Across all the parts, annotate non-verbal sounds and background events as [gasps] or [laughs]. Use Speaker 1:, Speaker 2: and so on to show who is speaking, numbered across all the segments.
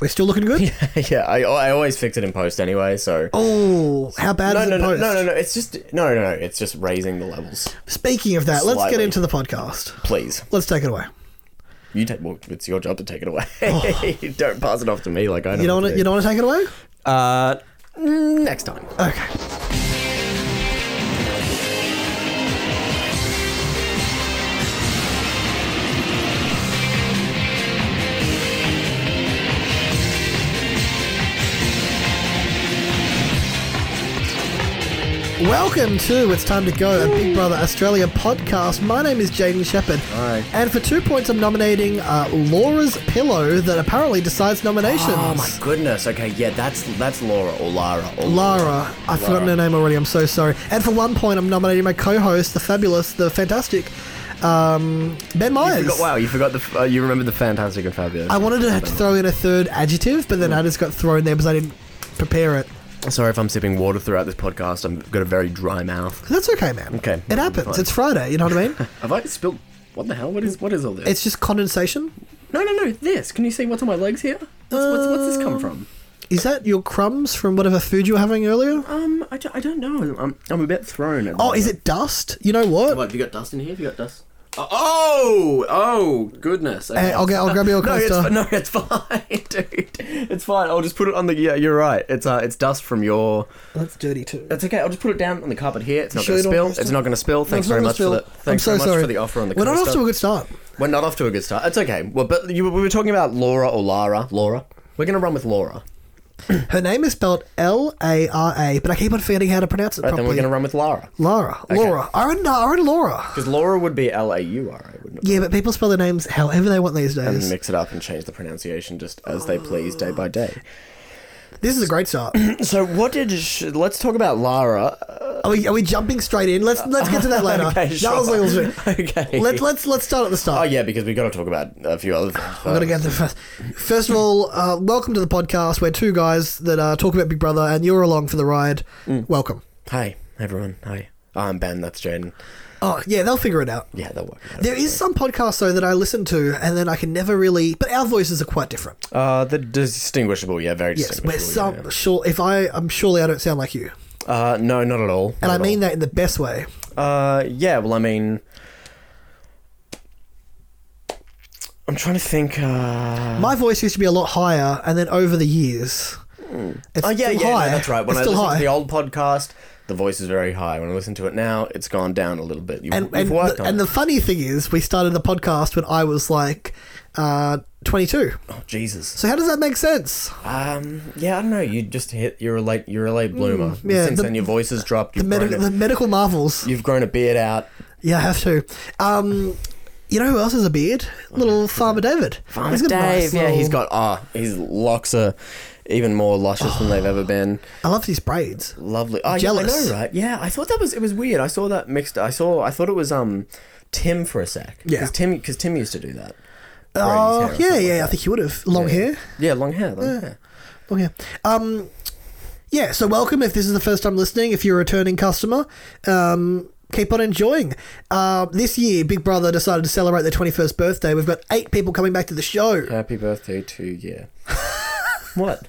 Speaker 1: We're still looking good.
Speaker 2: [laughs] yeah, I, I always fix it in post anyway, so.
Speaker 1: Oh, how bad
Speaker 2: no,
Speaker 1: is
Speaker 2: no,
Speaker 1: it
Speaker 2: no,
Speaker 1: post?
Speaker 2: no, no, no. It's just no, no, no. It's just raising the levels.
Speaker 1: Speaking of that, let's get
Speaker 2: Slightly.
Speaker 1: into the podcast.
Speaker 2: Please,
Speaker 1: Let's take it away.
Speaker 2: you take. Well, it's your job to take it away. [laughs] don't pass it off to me like I. Know
Speaker 1: You don't want to. You don't want to take it away.
Speaker 2: Uh, next time.
Speaker 1: Okay. Welcome to It's Time to Go, a Big Brother Australia podcast. My name is Jaden Shepherd.
Speaker 2: Hi.
Speaker 1: And for two points, I'm nominating uh, Laura's Pillow that apparently decides nominations.
Speaker 2: Oh my goodness. Okay, yeah, that's that's Laura or Lara or
Speaker 1: Lara. I've forgotten her name already. I'm so sorry. And for one point, I'm nominating my co-host, the fabulous, the fantastic, um, Ben
Speaker 2: You
Speaker 1: Myers.
Speaker 2: forgot, wow, you forgot the. Uh, you remember the fantastic and fabulous.
Speaker 1: I wanted to, to throw in a third adjective, but
Speaker 2: Hmm.
Speaker 1: then I just got thrown there because I didn't prepare it.
Speaker 2: Sorry if I'm sipping water throughout this podcast. I've got a very dry mouth.
Speaker 1: That's okay, man.
Speaker 2: Okay,
Speaker 1: It
Speaker 2: fine.
Speaker 1: happens. It's Friday. You know what
Speaker 2: [laughs]
Speaker 1: I mean?
Speaker 2: Have I spilled? What the hell? What is what is all this?
Speaker 1: it's just condensation.
Speaker 2: no, no, no. This. Can you see what's on my legs here? What's, what's, what's this come from?
Speaker 1: Is that your crumbs from whatever food you were having earlier?
Speaker 2: Um, I, don't- I don't know. I'm, I'm a bit thrown.
Speaker 1: Oh, is it dust? You know what?
Speaker 2: What have you got dust in here? Have you got dust? Oh, oh, goodness. Okay.
Speaker 1: Hey, I'll get. I'll grab your
Speaker 2: [laughs] no, it's,
Speaker 1: coaster.
Speaker 2: fi- no, it's fine, [laughs] dude. It's fine. I'll just put it on the. Yeah, you're right. It's uh, it's dust from your.
Speaker 1: That's dirty too.
Speaker 2: That's okay. I'll just put it down on the carpet here. It's not
Speaker 1: sure
Speaker 2: going to
Speaker 1: you don't
Speaker 2: spill.
Speaker 1: want to-
Speaker 2: It's not going to spill.
Speaker 1: No,
Speaker 2: Thanks
Speaker 1: it's
Speaker 2: very
Speaker 1: not
Speaker 2: much
Speaker 1: gonna
Speaker 2: for the.
Speaker 1: spill.
Speaker 2: Thanks
Speaker 1: I'm so
Speaker 2: very much
Speaker 1: sorry.
Speaker 2: for the offer on the.
Speaker 1: We're not off
Speaker 2: coaster.
Speaker 1: to a good start.
Speaker 2: We're not off to a good start. It's okay. Well, but you, we were talking about Laura or Lara. Laura. We're going to run with Laura.
Speaker 1: Her name is spelled L A R A, but I keep on forgetting how to pronounce it
Speaker 2: Right, then
Speaker 1: properly.
Speaker 2: we're going to run with Lara.
Speaker 1: Lara. Laura. I reckon, I reckon Laura.
Speaker 2: Because Laura would be L A U R A, wouldn't it?
Speaker 1: Yeah, but people spell their names however they want these
Speaker 2: And
Speaker 1: days.
Speaker 2: mix it up and change the pronunciation just as they please day by day.
Speaker 1: This is a great start.
Speaker 2: [clears throat] So what did? Sh- let's talk about Lara.
Speaker 1: Are we, are we jumping straight in? Let's let's get to that later.
Speaker 2: [laughs] Okay,
Speaker 1: That was
Speaker 2: sure.
Speaker 1: Little's
Speaker 2: [laughs]
Speaker 1: thing.
Speaker 2: Okay.
Speaker 1: Let, let's let's start at the
Speaker 2: Oh
Speaker 1: start.
Speaker 2: yeah, because we got to talk about a few
Speaker 1: [gasps]
Speaker 2: other things.
Speaker 1: We're gonna get the first. First of all, uh, welcome to the podcast. We're two guys that uh, talk about Big Brother, and you're along for the ride.
Speaker 2: Mm.
Speaker 1: Welcome.
Speaker 2: Hi everyone. Hi. I'm Ben. That's Jaden.
Speaker 1: Oh yeah, they'll figure it out.
Speaker 2: Yeah, they'll work. it out.
Speaker 1: There is some podcasts though that I listen to, and then I can never really. But our voices are quite different.
Speaker 2: Uh, the distinguishable. Yeah, very
Speaker 1: Yes,
Speaker 2: distinguishable.
Speaker 1: we're some
Speaker 2: yeah.
Speaker 1: sure. If I, I'm surely I don't sound like you,
Speaker 2: Uh, no, not at all.
Speaker 1: and
Speaker 2: not
Speaker 1: I
Speaker 2: at
Speaker 1: mean that in the best way.
Speaker 2: all. Uh, yeah. Well, I mean. I'm trying to think. Uh...
Speaker 1: My voice used to be a lot higher, and then over the years, it's
Speaker 2: Oh yeah,
Speaker 1: still
Speaker 2: yeah, no,
Speaker 1: high.
Speaker 2: that's right. When
Speaker 1: it's
Speaker 2: I
Speaker 1: still
Speaker 2: listened
Speaker 1: high.
Speaker 2: to the old podcast, the voice is very high. When I listen to it now, it's gone down a little bit. You've,
Speaker 1: and
Speaker 2: you've
Speaker 1: and,
Speaker 2: worked
Speaker 1: the,
Speaker 2: on
Speaker 1: and
Speaker 2: it.
Speaker 1: the funny thing is, we started the podcast when I was like uh, 22.
Speaker 2: Oh, Jesus.
Speaker 1: So how does that make sense?
Speaker 2: Um, yeah, I don't know. You just hit. You're a late. You're a late bloomer.
Speaker 1: Mm, yeah,
Speaker 2: Since
Speaker 1: the-
Speaker 2: then, your voice has dropped.
Speaker 1: The,
Speaker 2: You've,
Speaker 1: medi-
Speaker 2: grown
Speaker 1: the
Speaker 2: a,
Speaker 1: medical marvels.
Speaker 2: you've grown a beard out.
Speaker 1: Yeah, I have to. Um, you know who else has a beard? Little Farmer David. He's oh, got a nice
Speaker 2: yeah, he's
Speaker 1: little-
Speaker 2: got. Ah, his locks are even more luscious than they've ever been.
Speaker 1: I love these braids.
Speaker 2: Oh. Lovely. Oh, Yeah, I
Speaker 1: Jealous.
Speaker 2: know, right? Yeah, I thought that was. It was weird. I saw that mixed. I saw. I thought it was um, Tim for a sec.
Speaker 1: Yeah.
Speaker 2: Because Tim, because Tim used to do that.
Speaker 1: Oh,
Speaker 2: Braided hair or
Speaker 1: yeah,
Speaker 2: something
Speaker 1: yeah.
Speaker 2: like
Speaker 1: I
Speaker 2: that.
Speaker 1: think he would have long hair.
Speaker 2: Yeah, long hair. Long hair.
Speaker 1: Oh yeah. Um, yeah. So welcome. If this is the first time listening, if you're a returning customer, um, keep on enjoying. Uh, this year, Big Brother decided to celebrate their 21st birthday. We've got eight people coming back to the show.
Speaker 2: Happy birthday to yeah. [laughs] what?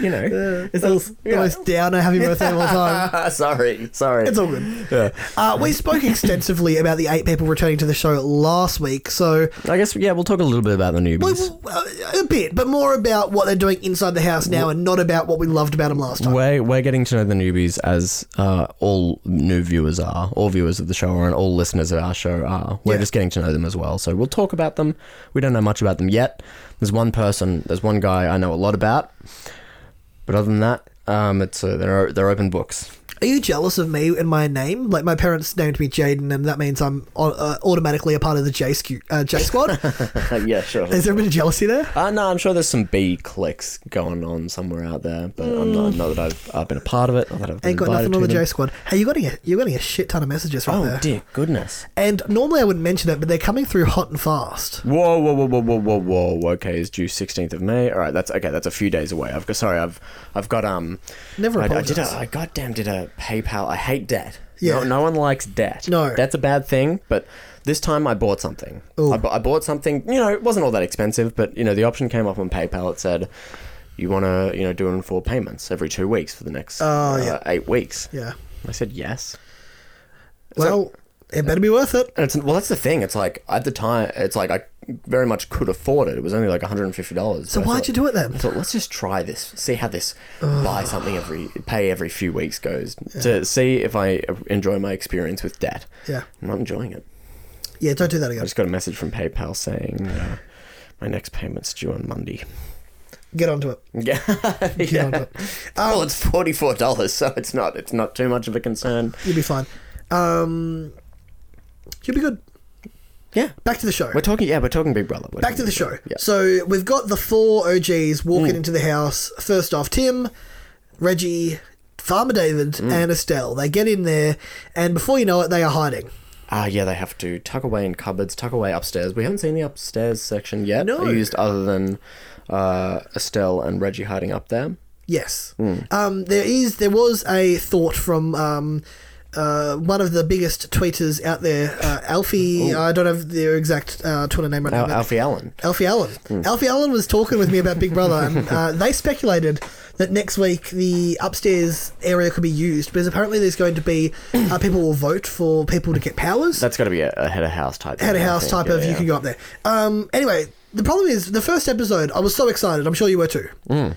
Speaker 2: You know.
Speaker 1: It's the most, the
Speaker 2: [laughs]
Speaker 1: most downer happy birthday of all time.
Speaker 2: Ah, sorry, sorry.
Speaker 1: It's all good.
Speaker 2: Yeah.
Speaker 1: Uh, we spoke extensively about the eight people returning to the show last week, so
Speaker 2: I guess yeah, we'll talk a little bit about the newbies.
Speaker 1: uh, a bit, but more about what they're doing inside the house now, and not about what we loved about them last time.
Speaker 2: We're, we're getting to know the newbies as uh, all new viewers are, all viewers of the show are, and all listeners of our show are. We're
Speaker 1: Yeah.
Speaker 2: just getting to know them as well. So we'll talk about them. We don't know much about them yet. There's one person, there's one guy I know a lot about, but other than that, um, it's uh, they're they're open
Speaker 1: [laughs]
Speaker 2: books. [laughs]
Speaker 1: Are you jealous of me and my name? Like my parents named me Jaden, and that means I'm au- uh, automatically a part of the J, scu- uh,
Speaker 2: [laughs]
Speaker 1: J squad.
Speaker 2: yeah, sure.
Speaker 1: Has there been jealousy there?
Speaker 2: Uh, no, I'm sure there's some B clicks going on somewhere out there, but I'm not, not that I've, I've been a part of it. Not that I've been
Speaker 1: Ain't got
Speaker 2: invited
Speaker 1: nothing on
Speaker 2: to
Speaker 1: the J
Speaker 2: them.
Speaker 1: squad. Hey, you're getting a, you're getting a shit ton of messages from
Speaker 2: Oh
Speaker 1: there.
Speaker 2: dear goodness!
Speaker 1: And normally I wouldn't mention it, but they're coming through hot and fast.
Speaker 2: Whoa, whoa, whoa, whoa, whoa, whoa, whoa. Okay, it's due 16th of May. All right, that's okay. That's a few days away. I've got sorry. I've I've got um.
Speaker 1: Never
Speaker 2: I, I did.
Speaker 1: apologise.
Speaker 2: A, I goddamn did a PayPal. I hate debt.
Speaker 1: Yeah.
Speaker 2: No, no one likes debt.
Speaker 1: No.
Speaker 2: That's a bad thing, but this time I bought something.
Speaker 1: Ooh.
Speaker 2: I, bu- I bought something, you know, it wasn't all that expensive, but, you know, the option came up on PayPal. It said, you want to, you know, do it in four payments every two weeks for the next
Speaker 1: Oh,
Speaker 2: uh,
Speaker 1: yeah.
Speaker 2: eight weeks.
Speaker 1: Yeah.
Speaker 2: I said, yes.
Speaker 1: Well, it better be worth it.
Speaker 2: And it's, well, that's the thing. It's like, at the time, it's like I very much could afford it. It was only like $150.
Speaker 1: So why'd you do it then?
Speaker 2: I thought, let's just try this, see how this buy something every, pay every few weeks goes to see if I enjoy my experience with debt.
Speaker 1: Yeah.
Speaker 2: I'm not enjoying it.
Speaker 1: Yeah, don't do that
Speaker 2: I
Speaker 1: again.
Speaker 2: just got a message from PayPal saying uh, my next payment's due on Monday. [laughs]
Speaker 1: Get onto it.
Speaker 2: Yeah.
Speaker 1: Get
Speaker 2: [laughs] yeah.
Speaker 1: onto it.
Speaker 2: well, it's forty four dollars, so it's not it's not too much of a concern.
Speaker 1: You'll be fine. Um, you'll be good.
Speaker 2: Yeah,
Speaker 1: Back to the show.
Speaker 2: we're talking. Yeah, we're talking Big Brother. We're
Speaker 1: Back to
Speaker 2: talking
Speaker 1: the
Speaker 2: Big
Speaker 1: show.
Speaker 2: Brother. Yeah. Mm.
Speaker 1: So we've got the four OGs walking into the house. First off, Tim, Reggie, Farmer David,
Speaker 2: Mm.
Speaker 1: and Estelle. They get in there, and before you know it, they are hiding.
Speaker 2: Ah, yeah, they have to tuck away in cupboards, tuck away upstairs. We haven't seen the upstairs section yet.
Speaker 1: No.
Speaker 2: used other than uh, Estelle and Reggie hiding up there.
Speaker 1: Yes.
Speaker 2: Mm.
Speaker 1: Um, there is there was a thought from um, uh, one of the biggest tweeters out there, uh, Alfie. I don't have their exact uh, Twitter name right now.
Speaker 2: Al-
Speaker 1: but-
Speaker 2: Alfie Allen.
Speaker 1: Alfie Allen.
Speaker 2: Hmm.
Speaker 1: Alfie Allen was talking with me about Big Brother, and
Speaker 2: [laughs]
Speaker 1: uh, they speculated that next week the upstairs area could be used because apparently there's going to be uh, people will vote for people to get powers.
Speaker 2: That's got to be a, a head of house type.
Speaker 1: Had a
Speaker 2: thing, I
Speaker 1: house
Speaker 2: think.
Speaker 1: type
Speaker 2: Yeah,
Speaker 1: of you
Speaker 2: yeah.
Speaker 1: can go up there. Um, anyway, the problem is the first episode. I was so excited. I'm sure you were too.
Speaker 2: Hmm.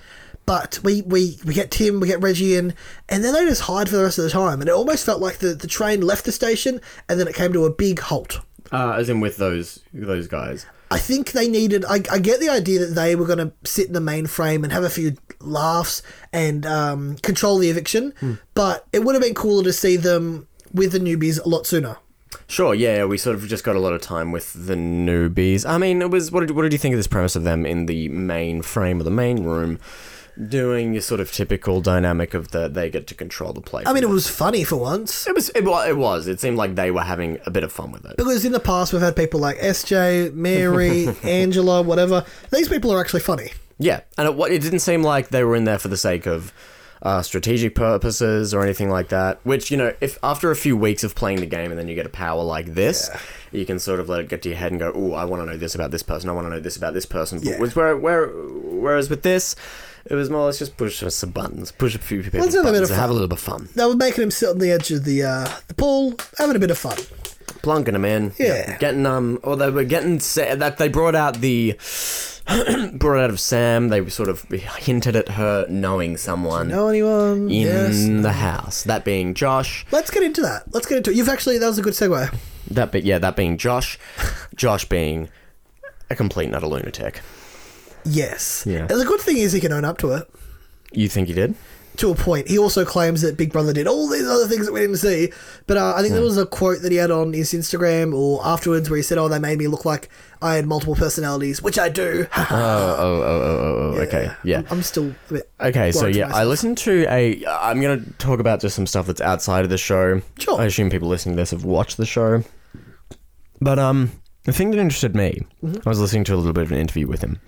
Speaker 1: But we, we, we get Tim, we get Reggie in, and then they just hide for the rest of the time. And it almost felt like the, the train left the station and then it came to a big halt.
Speaker 2: Uh, as in with those those guys.
Speaker 1: I think they needed. I, I get the idea that they were going to sit in the main frame and have a few laughs and um, control the eviction,
Speaker 2: Hmm.
Speaker 1: but it would have been cooler to see them with the newbies a lot sooner.
Speaker 2: Sure, yeah, yeah, we sort of just got a lot of time with the newbies. I mean, it was what did, what did you think of this premise of them in the main frame or the main room doing your sort of typical dynamic of the they get to control the place?
Speaker 1: I mean, it was funny for once.
Speaker 2: it was it, wa- it was it seemed like they were having a bit of fun with it.
Speaker 1: Because in the past, we've had people like SJ, Mary,
Speaker 2: [laughs]
Speaker 1: Angela, whatever. These people are actually funny.
Speaker 2: Yeah, and it, wa- it didn't seem like they were in there for the sake of uh, strategic purposes or anything like that. Which you know, if after a few weeks of playing the game and then you get a power like this, you can sort of let it get to your head and go, "Oh, I want to know this about this person. I want to know this about this person." But
Speaker 1: Yeah.
Speaker 2: with where, where, whereas with this, it was more let's just push some buttons, push a few people,
Speaker 1: Let's have a bit of
Speaker 2: buttons, and
Speaker 1: fun.
Speaker 2: have a little bit of fun,
Speaker 1: They were making him sit on the edge of the uh, the pool, having a bit of fun.
Speaker 2: plunking them in,
Speaker 1: Yeah.
Speaker 2: getting um, or they were getting sa- that they brought out the. [clears throat] brought out of Sam, they sort of hinted at her knowing someone.
Speaker 1: Know anyone?
Speaker 2: in
Speaker 1: Yes.
Speaker 2: the house. That being Josh.
Speaker 1: Let's get into that. Let's get into it. You've actually that was a good segue.
Speaker 2: That be- yeah, that
Speaker 1: [laughs]
Speaker 2: being Josh. Josh being a complete and utter lunatic.
Speaker 1: Yes.
Speaker 2: Yeah.
Speaker 1: And the good thing is he can own up to it.
Speaker 2: You think he did?
Speaker 1: to a point. He also claims that Big Brother did all these other things that we didn't see. But uh, I think there
Speaker 2: Hmm.
Speaker 1: was a quote that he had on his Instagram or afterwards where he said, "Oh, they made me look like I had multiple personalities, which I do." [laughs]
Speaker 2: Oh, oh, oh, oh, oh, oh, [laughs] okay. Yeah.
Speaker 1: Uh, I'm still a bit
Speaker 2: Okay, so
Speaker 1: worried
Speaker 2: yeah, I
Speaker 1: myself.
Speaker 2: listened to a. I'm going to talk about just some stuff that's outside of the show.
Speaker 1: Sure.
Speaker 2: I assume people listening to this have watched the show. But um, the thing that interested me,
Speaker 1: Mm-hmm.
Speaker 2: I was listening to a little bit of an interview with him.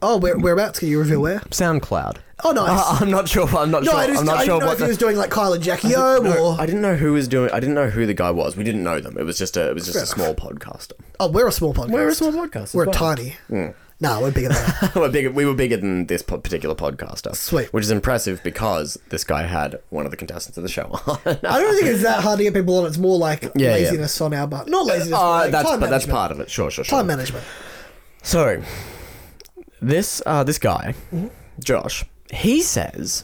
Speaker 1: oh, where, whereabouts can you reveal where?
Speaker 2: SoundCloud.
Speaker 1: Oh, nice.
Speaker 2: Uh, [laughs] I'm not sure. I'm not
Speaker 1: no,
Speaker 2: sure.
Speaker 1: I, just,
Speaker 2: I'm not
Speaker 1: I
Speaker 2: sure
Speaker 1: didn't know
Speaker 2: what
Speaker 1: if
Speaker 2: the-
Speaker 1: he was doing like Kyle and Jackie O
Speaker 2: No,
Speaker 1: or
Speaker 2: I didn't know who was doing. I didn't know who the guy was. We didn't know them. It was just a. It was just
Speaker 1: Fair
Speaker 2: a small podcaster.
Speaker 1: oh, we're a small podcast.
Speaker 2: We're a small podcast. Hmm.
Speaker 1: We're tiny. No, we're bigger than
Speaker 2: [laughs]
Speaker 1: that.
Speaker 2: we're bigger, we were bigger than this po- particular podcaster.
Speaker 1: Sweet.
Speaker 2: Which is impressive because this guy had one of the contestants of the show on.
Speaker 1: [laughs] I don't think it's that hard to get people on. It's more like
Speaker 2: yeah.
Speaker 1: laziness on our part.
Speaker 2: [laughs]
Speaker 1: Not laziness. but
Speaker 2: Uh,
Speaker 1: like
Speaker 2: that's
Speaker 1: time
Speaker 2: but that's
Speaker 1: management.
Speaker 2: part of it. Sure, sure, sure.
Speaker 1: Time management.
Speaker 2: So, this uh, this guy,
Speaker 1: Mm-hmm.
Speaker 2: Josh, he says,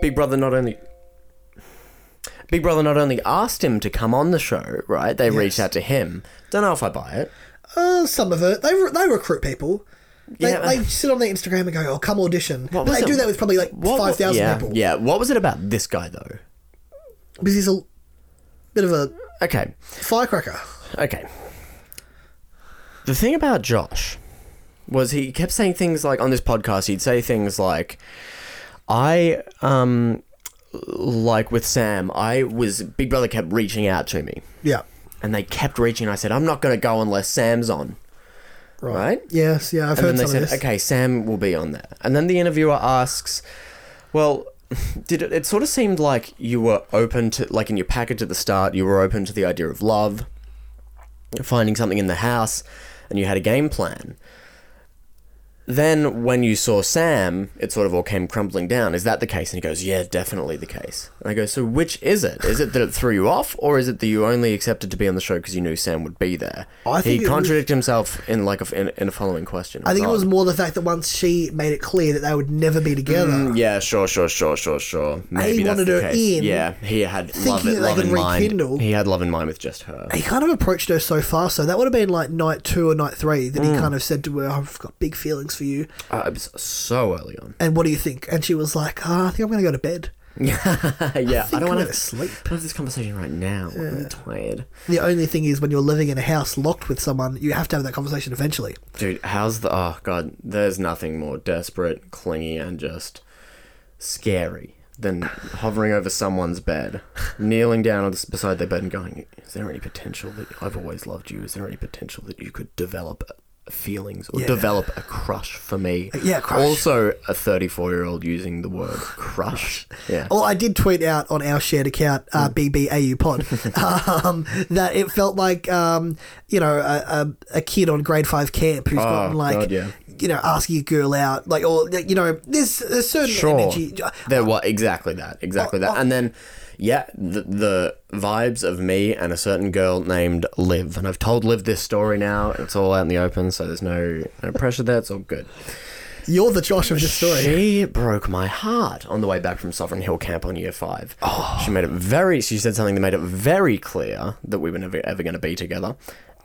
Speaker 2: Big Brother not only. Big Brother not only asked him to come on the show, right? They reached out to him. Don't know if I buy it.
Speaker 1: Uh, some of it. They, re- they recruit people. They,
Speaker 2: Yeah. uh,
Speaker 1: they sit on their Instagram and go, oh, come audition. But
Speaker 2: was
Speaker 1: they
Speaker 2: it?
Speaker 1: do that with probably like
Speaker 2: What-
Speaker 1: 5,000
Speaker 2: yeah,
Speaker 1: people.
Speaker 2: Yeah. What was it about this guy though?
Speaker 1: Because he's a bit of a
Speaker 2: Okay.
Speaker 1: firecracker.
Speaker 2: Okay. The thing about Josh was he kept saying things like on this podcast he'd say things like I um like with Sam, I was Big Brother kept reaching out to me.
Speaker 1: Yeah.
Speaker 2: And they kept reaching. I said, I'm not going to go unless Sam's on. Right?
Speaker 1: Yes, yeah, I've
Speaker 2: And then
Speaker 1: heard
Speaker 2: they
Speaker 1: some of
Speaker 2: said,
Speaker 1: this.
Speaker 2: okay, Sam will be on there. And then the interviewer asks, well, did it, it sort of seemed like you were open to like in your package at the start you were open to the idea of love finding something in the house and you had a game plan then when you saw sam it sort of all came crumbling down is that the case and he goes yeah definitely the case and i go so which is it is it that it threw you off or is it that you only accepted to be on the show because you knew sam would be there
Speaker 1: I think
Speaker 2: he
Speaker 1: it was-
Speaker 2: contradicted himself in like a, in, in a following question
Speaker 1: I think it
Speaker 2: Oh.
Speaker 1: was more the fact that once she made it clear that they would never be together,
Speaker 2: Mm, yeah, sure, sure, sure, sure, sure. Maybe that's
Speaker 1: wanted
Speaker 2: the
Speaker 1: her
Speaker 2: case.
Speaker 1: in,
Speaker 2: Yeah, he had love,
Speaker 1: thinking that they
Speaker 2: love
Speaker 1: could
Speaker 2: in
Speaker 1: rekindle.
Speaker 2: mind. He had love in mind with just her.
Speaker 1: he kind of approached her so fast. So that would have been like night two or night three that
Speaker 2: Mm.
Speaker 1: he kind of said to her, "I've got big feelings for you."
Speaker 2: Uh, it was so early
Speaker 1: [laughs]
Speaker 2: on.
Speaker 1: And what do you think? And she was like, oh, "I think I'm going to go to bed."
Speaker 2: yeah, I,
Speaker 1: think
Speaker 2: don't
Speaker 1: I'm
Speaker 2: want
Speaker 1: gonna
Speaker 2: to
Speaker 1: sleep.
Speaker 2: I have this conversation right now. I'm tired,
Speaker 1: The only thing is, when you're living in a house locked with someone, you have to have that conversation eventually.
Speaker 2: dude. How's the? Oh god, there's nothing more desperate, clingy, and just scary than hovering over someone's bed, kneeling down on this- beside their bed, and going, "Is there any potential that I've always loved you? Is there any potential that you could develop?" Feelings or
Speaker 1: Yeah.
Speaker 2: develop a crush for me.
Speaker 1: yeah, crush.
Speaker 2: Also, a 34 year old using the word crush. Yeah.
Speaker 1: Well, Oh, I did tweet out on our shared account, uh,
Speaker 2: Hmm.
Speaker 1: BBAU
Speaker 2: [laughs]
Speaker 1: Pod, um, that it felt like, um, you know, a, a, a kid on grade five camp who's gotten like,
Speaker 2: Oh, God, yeah.
Speaker 1: you know, asking a girl out, like, or, you know, there's a certain
Speaker 2: sure.
Speaker 1: energy.
Speaker 2: There were exactly that, exactly that, and then yeah, the, the vibes of me and a certain girl named Liv, and I've told Liv this story now. and It's all out in the open, so there's no no pressure there. It's all good.
Speaker 1: You're the Josh of this
Speaker 2: [laughs]
Speaker 1: story.
Speaker 2: She broke my heart on the way back from Sovereign Hill Camp on Year Five.
Speaker 1: Oh.
Speaker 2: She made it very. She said something that made it very clear that we were never ever going to be together.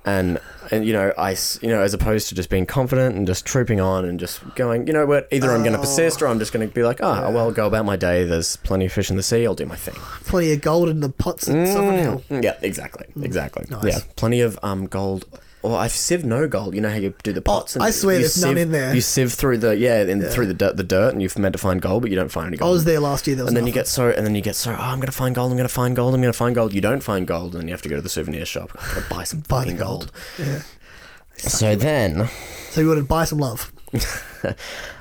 Speaker 2: And, and you know I s- you know as opposed to just being confident and just trooping on and just going you know what either I'm going
Speaker 1: Oh.
Speaker 2: to persist or I'm just going to be like oh well I'll go about my day there's plenty of fish in the sea I'll do my thing
Speaker 1: Plenty of gold in the pots at Southern Hill.
Speaker 2: Mm, [laughs] yeah exactly exactly
Speaker 1: Nice.
Speaker 2: yeah plenty of um gold or I've sieved no gold you know how you do the pots and
Speaker 1: I swear
Speaker 2: you
Speaker 1: there's none in there.
Speaker 2: you sieve through the yeah, in, through the dirt, the dirt, and you're meant to find gold, but you don't find any
Speaker 1: I
Speaker 2: gold.
Speaker 1: was there last year. There was
Speaker 2: and then you
Speaker 1: nothing.
Speaker 2: get so, and then you get so. Oh, I'm gonna find gold. I'm gonna find gold. I'm gonna find gold. You don't find gold, and then you have to go to the souvenir shop. i gotta buy some
Speaker 1: Buy the
Speaker 2: fucking
Speaker 1: gold.
Speaker 2: gold.
Speaker 1: Yeah.
Speaker 2: So then,
Speaker 1: So you wanted to buy some love.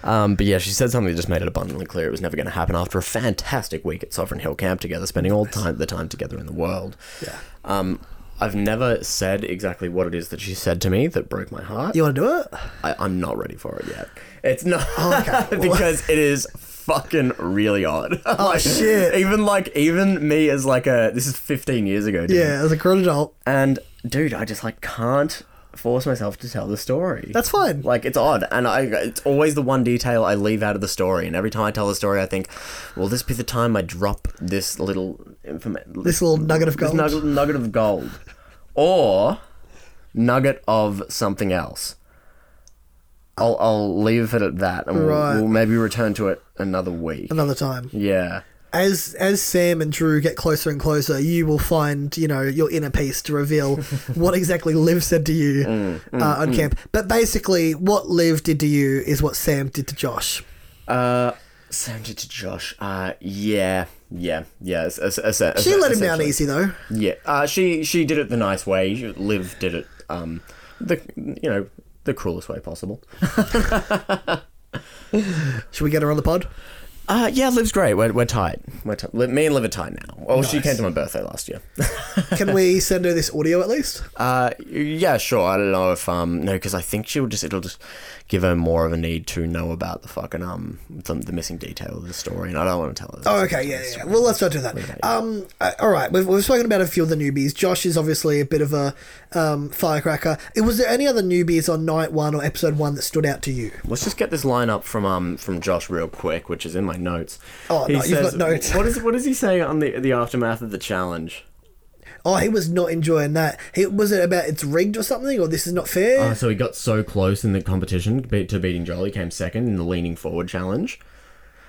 Speaker 2: um, but yeah, she said something that just made it abundantly clear it was never gonna happen. After a fantastic week at Sovereign Hill Camp together, spending all time the time together in the world.
Speaker 1: Yeah.
Speaker 2: Um, I've never said exactly what it is that she said to me that broke my heart.
Speaker 1: You want to do it?
Speaker 2: I, I'm not ready for it yet. It's not
Speaker 1: Oh, okay.
Speaker 2: [laughs] because it is fucking really odd. [laughs] Oh
Speaker 1: shit.
Speaker 2: Even like even me as like a this is 15 years ago. Dude.
Speaker 1: Yeah, as a grown adult.
Speaker 2: And dude, I just like can't force myself to tell the story.
Speaker 1: That's fine.
Speaker 2: Like it's odd, and I it's always the one detail I leave out of the story. And every time I tell the story, I think, will this be the time I drop this little information,
Speaker 1: This little nugget of gold.
Speaker 2: this nugget, nugget of gold, or nugget of something else. I'll I'll leave it at that, and we'll,
Speaker 1: Right.
Speaker 2: we'll maybe return to it another week.
Speaker 1: Another time.
Speaker 2: Yeah.
Speaker 1: as as Sam and Drew get closer and closer, you will find you know your inner peace to reveal what exactly Liv said to you uh, on camp. But basically, what Liv did to you is what Sam did to Josh.
Speaker 2: Uh, send it to Josh. Uh, yeah, yeah, yeah. es- es- es-
Speaker 1: She
Speaker 2: es-
Speaker 1: let him down
Speaker 2: essentially.
Speaker 1: easy though.
Speaker 2: Yeah, uh, she she did it the nice way. She- Liv did it, um, the you know the cruelest way possible.
Speaker 1: Should we get her on the pod?
Speaker 2: Uh, yeah, Liv's great. We're we're tight. We're tight. Li- me and Liv are tight now. Well, she
Speaker 1: Nice.
Speaker 2: came to my birthday last year. [laughs]
Speaker 1: Can we send her this audio at least?
Speaker 2: uh, yeah, sure. I don't know if um no, because I think she'll just it'll just give her more of a need to know about the fucking um the, the missing detail of the story, and I don't want to tell her.
Speaker 1: Oh, okay, yeah, yeah, yeah. Well, let's not do that. Um, uh, all right, we've, we've spoken about a few of the newbies. Josh is obviously a bit of a um, firecracker. Uh, Was there any other newbies on night one or episode one that stood out to you?
Speaker 2: Let's just get this line up from um from Josh real quick, which is in my notes.
Speaker 1: Oh, no, you've got notes.
Speaker 2: What is what does he say on the the aftermath of the challenge?
Speaker 1: Oh, he was not enjoying that. He was it about it's rigged or something, or this is not fair.
Speaker 2: Uh, so he got so close in the competition be- to beating Joel. He came second in the leaning forward challenge.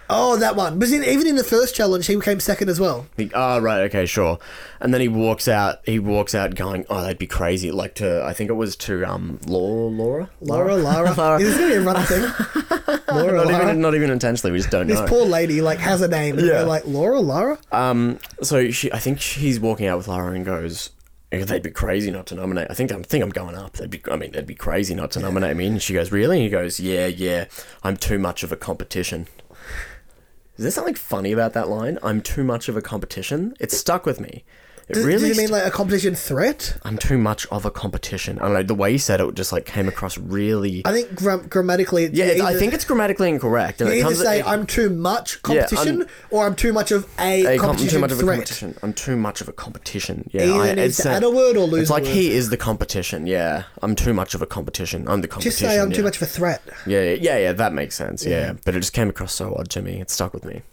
Speaker 1: oh, that one. But in, even in the first challenge, he came second as well.
Speaker 2: He, ah, right, okay, sure. And then he walks out. He walks out going, "Oh, that'd be crazy!" Like to, I think it was to um, Laura, Laura,
Speaker 1: Laura,
Speaker 2: [laughs]
Speaker 1: Lara,
Speaker 2: Lara.
Speaker 1: is this gonna be a running thing?
Speaker 2: [laughs]
Speaker 1: Laura,
Speaker 2: Not
Speaker 1: Lara.
Speaker 2: even, not even intentionally. We just don't
Speaker 1: This
Speaker 2: know.
Speaker 1: poor lady like has a name. and
Speaker 2: Yeah.
Speaker 1: we're like Laura, Lara.
Speaker 2: Um, so she, I think she's walking out with Lara and goes, "Eh, "They'd be crazy not to nominate." I think I think I'm going up. They'd be, I mean, they'd be crazy not to nominate me. And she goes, "Really?" And he goes, "Yeah, yeah. I'm too much of a competition." Is there something funny about that line? I'm too much of a competition. It stuck with me. It
Speaker 1: Do-
Speaker 2: really.
Speaker 1: Do you
Speaker 2: stu-
Speaker 1: mean like a competition threat?
Speaker 2: I'm too much of a competition. I don't know. The way you said it just like came across really.
Speaker 1: I think gram- grammatically,
Speaker 2: yeah, it's- I
Speaker 1: either-
Speaker 2: think it's grammatically incorrect. And
Speaker 1: you
Speaker 2: it
Speaker 1: either
Speaker 2: comes.
Speaker 1: say
Speaker 2: it-
Speaker 1: I'm too much
Speaker 2: Yeah, I'm-
Speaker 1: competition, or I'm too much of a,
Speaker 2: a com- I'm
Speaker 1: competition
Speaker 2: too much of a
Speaker 1: threat.
Speaker 2: competition. I'm too much of a competition. Yeah,
Speaker 1: Either
Speaker 2: I,
Speaker 1: needs
Speaker 2: it's
Speaker 1: to
Speaker 2: a-
Speaker 1: add a word or lose
Speaker 2: It's
Speaker 1: a
Speaker 2: like
Speaker 1: word.
Speaker 2: he is the competition. Yeah, I'm too much of a competition. I'm the competition.
Speaker 1: Just say I'm
Speaker 2: yeah.
Speaker 1: too much of a threat.
Speaker 2: Yeah, yeah, yeah, yeah, that makes sense. Yeah. but it just came across so odd to me. It stuck with me.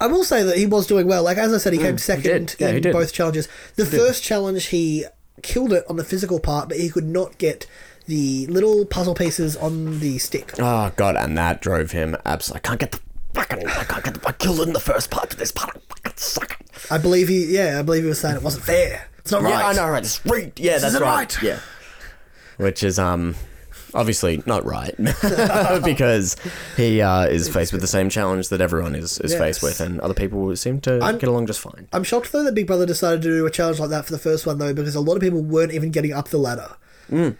Speaker 1: I will say that he was doing well. Like as I said, he came second
Speaker 2: did. Yeah, Mm, he
Speaker 1: in
Speaker 2: did.
Speaker 1: both challenges. The first challenge, he killed it on the physical part, but he could not get the little puzzle pieces on the stick.
Speaker 2: Oh god, and that drove him absolutely. I can't get the fucking. I can't get the. I killed it in the first part of this part. I fucking suck it.
Speaker 1: I believe he, yeah, I believe he was saying it wasn't fair. It's not right.
Speaker 2: Yeah, I know, right? It's right. Yeah, that's
Speaker 1: isn't
Speaker 2: right.
Speaker 1: right.
Speaker 2: Yeah, which is um. Obviously not right, [laughs] because he uh, is faced with the same challenge that everyone is, is
Speaker 1: Yes.
Speaker 2: faced with, and other people seem to get along just fine.
Speaker 1: I'm shocked though that Big Brother decided to do a challenge like that for the first one though, because a lot of people weren't even getting up the ladder.
Speaker 2: Uh,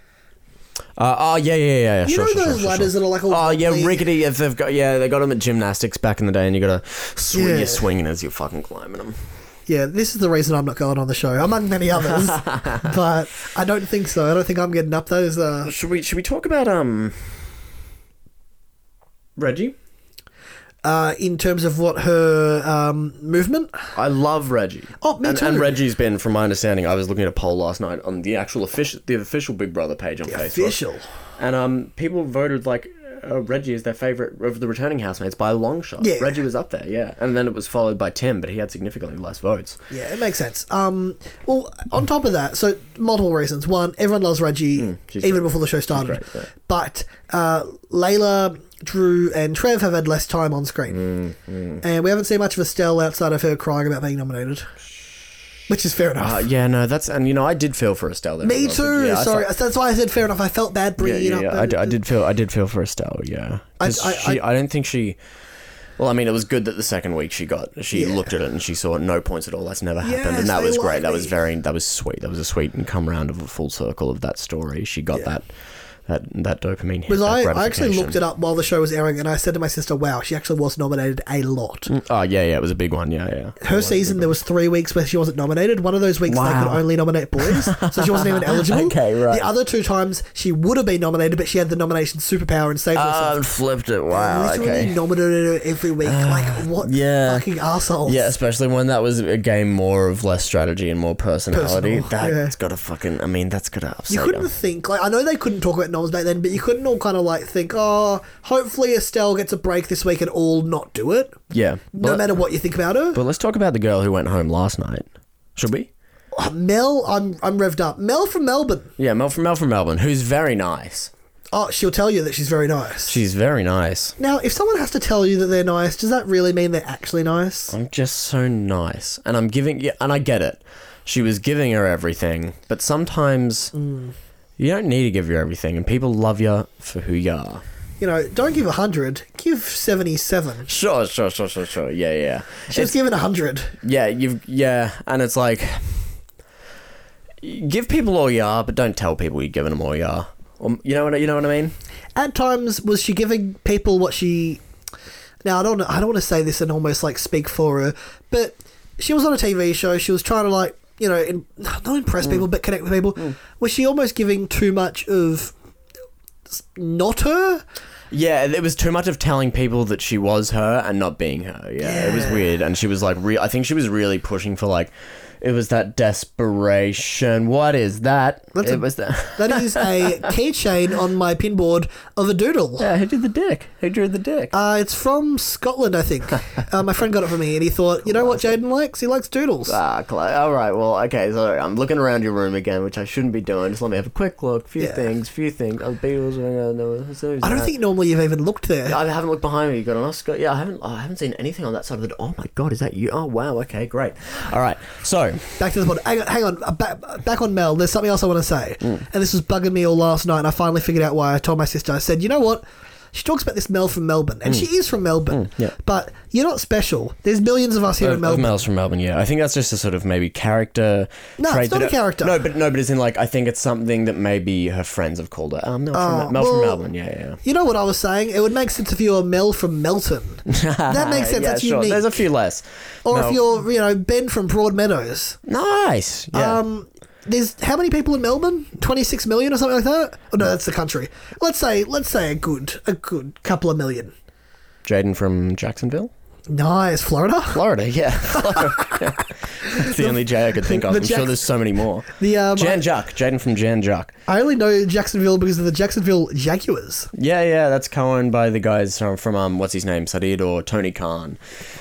Speaker 2: oh yeah, yeah, yeah, yeah.
Speaker 1: You
Speaker 2: sure,
Speaker 1: know
Speaker 2: sure,
Speaker 1: those
Speaker 2: sure, sure,
Speaker 1: ladders
Speaker 2: sure.
Speaker 1: that are like all
Speaker 2: Oh yeah,
Speaker 1: wobbly?
Speaker 2: rickety. If they've got yeah, they got them at gymnastics back in the day, and you got to swing
Speaker 1: Yeah.
Speaker 2: you're swinging as you're fucking climbing them.
Speaker 1: Yeah, this is the reason I'm not going on the show, among many [laughs] others. but I don't think so. I don't think I'm getting up those. Uh,
Speaker 2: Should we should we talk about um Reggie?
Speaker 1: uh, in terms of what her um, movement.
Speaker 2: I love Reggie.
Speaker 1: Oh, me
Speaker 2: and, and
Speaker 1: too.
Speaker 2: Reggie's been, from my understanding, I was looking at a poll last night on the actual official the official Big Brother page on Facebook,
Speaker 1: Official.
Speaker 2: and um people voted like. Uh, Reggie is their favorite of the returning housemates by a long shot.
Speaker 1: Yeah.
Speaker 2: Reggie was up there, yeah, and then it was followed by Tim, but he had significantly less votes.
Speaker 1: Yeah, it makes sense. Um, well, on top of that, so multiple reasons. One, everyone loves Reggie,
Speaker 2: Mm, she's
Speaker 1: even
Speaker 2: great.
Speaker 1: before the show started.
Speaker 2: great, yeah.
Speaker 1: But uh, Layla, Drew, and Trev have had less time on screen.
Speaker 2: Mm,
Speaker 1: And we haven't seen much of Estelle outside of her crying about being nominated, which is fair enough.
Speaker 2: Uh, yeah, no, that's and you know I did feel for Estelle. There
Speaker 1: Me
Speaker 2: as well,
Speaker 1: too.
Speaker 2: but yeah, I
Speaker 1: Sorry,
Speaker 2: felt-
Speaker 1: that's why I said fair enough. I felt bad
Speaker 2: yeah,
Speaker 1: bringing
Speaker 2: yeah,
Speaker 1: it
Speaker 2: yeah,
Speaker 1: up.
Speaker 2: I, d- I did feel I did feel for Estelle. Yeah, 'Cause
Speaker 1: I- I-
Speaker 2: she, I, don't think she. Well, I mean, it was good that the second week she got she
Speaker 1: Yeah.
Speaker 2: looked at it and she saw no points at all. That's never happened,
Speaker 1: Yes,
Speaker 2: and that
Speaker 1: they
Speaker 2: was
Speaker 1: lied
Speaker 2: great. That was
Speaker 1: me.
Speaker 2: very that was sweet. That was a sweet and come round of a full circle of that story. She got that that that dopamine hit.
Speaker 1: Because
Speaker 2: that
Speaker 1: I, I actually
Speaker 2: gratification.
Speaker 1: looked it up while the show was airing, and I said to my sister, "Wow, she actually was nominated a lot."
Speaker 2: Oh yeah, yeah, it was a big one. Yeah, yeah.
Speaker 1: Her season, there was three weeks where she wasn't nominated. One of those weeks they could
Speaker 2: Wow.
Speaker 1: only nominate boys, so she wasn't
Speaker 2: [laughs]
Speaker 1: even eligible.
Speaker 2: Okay, right.
Speaker 1: The other two times she would have been nominated, but she had the nomination superpower and saved herself.
Speaker 2: flipped it.
Speaker 1: Literally nominated her every week. like what?
Speaker 2: Uh, yeah.
Speaker 1: fucking assholes.
Speaker 2: Yeah, especially when that was a game more of less strategy and more personality.
Speaker 1: Personal,
Speaker 2: That's
Speaker 1: yeah.
Speaker 2: gotta fucking. I mean, that's gotta upset.
Speaker 1: You couldn't
Speaker 2: them.
Speaker 1: think like I know they couldn't talk about noms back then, but you couldn't all kind of like think, oh, hopefully Estelle gets a break this week and all not do it,
Speaker 2: Yeah.
Speaker 1: no
Speaker 2: But,
Speaker 1: matter what you think about her.
Speaker 2: but let's talk about the girl who went home last night. Should we?
Speaker 1: Oh, Mel, I'm I'm revved up. Mel from Melbourne.
Speaker 2: Yeah, Mel from Mel from Melbourne, who's very nice.
Speaker 1: Oh, she'll tell you that she's very nice.
Speaker 2: She's very nice.
Speaker 1: Now, if someone has to tell you that they're nice, does that really mean they're actually nice?
Speaker 2: I'm just so nice, and I'm giving. Yeah, and I get it. She was giving her everything, but sometimes you don't need to give her everything, and people love you for who you are.
Speaker 1: You know, don't give 100, give 77.
Speaker 2: Sure, sure, sure, sure, sure. Yeah, yeah.
Speaker 1: She was given 100.
Speaker 2: yeah, you've yeah, and it's like give people all you are, but don't tell people you've given them all you are. Um, you know what I- you know what I mean?
Speaker 1: At times, was she giving people what she. Now, I don't, I don't want to say this and almost like speak for her, but she was on a TV show. She was trying to, like, you know, in, not impress people, but connect with people. Was she almost giving too much of. Not her?
Speaker 2: Yeah, it was too much of telling people that she was her and not being her. Yeah, it was
Speaker 1: Yeah.
Speaker 2: weird, and she was like, re- I think she was really pushing for like, it was that desperation. What is that?
Speaker 1: That's
Speaker 2: it
Speaker 1: a-
Speaker 2: was that.
Speaker 1: That is a keychain on my pinboard of a doodle.
Speaker 2: [laughs] yeah, who did the dick? Who drew the dick?
Speaker 1: Uh, it's from Scotland, I think.
Speaker 2: [laughs]
Speaker 1: uh, my friend got it for me, and he thought, you know what Jaden likes? He likes doodles.
Speaker 2: Ah, cla all right. Well, okay. So I'm looking around your room again, which I shouldn't be doing. Just let me have a quick look. Few
Speaker 1: Yeah.
Speaker 2: things. Few things. Oh, Beatles. uh, no, who's
Speaker 1: I don't
Speaker 2: that?
Speaker 1: think normally you've even looked there.
Speaker 2: I haven't looked behind me. You got an Oscar? Yeah, I haven't. I haven't seen anything on that side of the. d- Oh my god, is that you? Oh wow. Okay, great. All right. So
Speaker 1: Back to the pod. Hang on, hang on. Uh, Back, back on Mel. There's
Speaker 2: Mm.
Speaker 1: something else I want to say, and this was bugging me all last night, and I finally figured out why. I told my sister. I said, you know what? She talks about this Mel from Melbourne, and she is from Melbourne.
Speaker 2: Mm. yeah.
Speaker 1: But you're not special. There's millions of us here in
Speaker 2: Of- of
Speaker 1: Melbourne.
Speaker 2: Mel's from Melbourne, yeah. I think that's just a sort of maybe character.
Speaker 1: No, it's
Speaker 2: trait
Speaker 1: not
Speaker 2: that
Speaker 1: a character.
Speaker 2: No, but no, but it's in like I think it's something that maybe her friends have called her. Oh, Mel, from,
Speaker 1: Oh,
Speaker 2: Mel, Mel from
Speaker 1: well-
Speaker 2: Melbourne, yeah, yeah.
Speaker 1: you know what I was saying? It would make sense if you were Mel from Melton,
Speaker 2: [laughs]
Speaker 1: That makes sense,
Speaker 2: Ah, yeah,
Speaker 1: that's
Speaker 2: sure.
Speaker 1: unique.
Speaker 2: There's a few less.
Speaker 1: or
Speaker 2: No.
Speaker 1: if you're you know Ben from Broadmeadows.
Speaker 2: nice. Yeah.
Speaker 1: Um, there's how many people in Melbourne? Twenty six million or something like that. Oh, no, that's the country. Let's say let's say a good a good couple of million.
Speaker 2: Jaden from Jacksonville,
Speaker 1: Nice, Florida. [laughs]
Speaker 2: Florida. Yeah. That's the only J I could think of.
Speaker 1: the
Speaker 2: I'm sure
Speaker 1: Jacks-
Speaker 2: there's so many more.
Speaker 1: The um,
Speaker 2: Jan Juck, Jaden from Jan Juck.
Speaker 1: I only know Jacksonville because of the Jacksonville Jaguars.
Speaker 2: Yeah, yeah, that's co-owned by the guys from, from um, what's his name, Sadid or Tony Khan.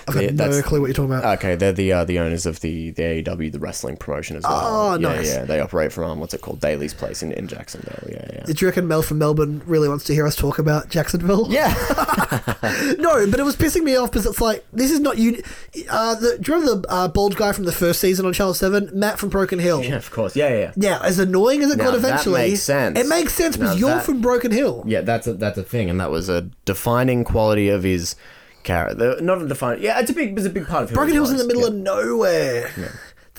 Speaker 1: I've got
Speaker 2: Yeah, that's-
Speaker 1: no clue what you're talking about.
Speaker 2: Okay, they're the uh, the owners of the, the AEW, the wrestling promotion as well.
Speaker 1: Oh,
Speaker 2: yeah,
Speaker 1: nice.
Speaker 2: Yeah, they operate from um, what's it called, Daly's Place in, in Jacksonville. Yeah, yeah.
Speaker 1: Did you reckon Mel from Melbourne really wants to hear us talk about Jacksonville?
Speaker 2: yeah.
Speaker 1: [laughs] No, but it was pissing me off because it's like this is not you. Uh, the, do you remember the uh, bald guy from the first season on Channel Seven, Matt from Broken Hill?
Speaker 2: [laughs] yeah, of course. Yeah, yeah, yeah.
Speaker 1: Yeah, as annoying as it
Speaker 2: Now,
Speaker 1: got
Speaker 2: that
Speaker 1: eventually,
Speaker 2: makes sense.
Speaker 1: It makes sense because
Speaker 2: Now,
Speaker 1: you're
Speaker 2: that-
Speaker 1: from Broken Hill.
Speaker 2: Yeah, that's a, that's a thing, and that was a defining quality of his character. Not a defining. Yeah, it's a big, it's a big part of who
Speaker 1: Broken
Speaker 2: he
Speaker 1: Hill's in
Speaker 2: was.
Speaker 1: the middle of nowhere. It's in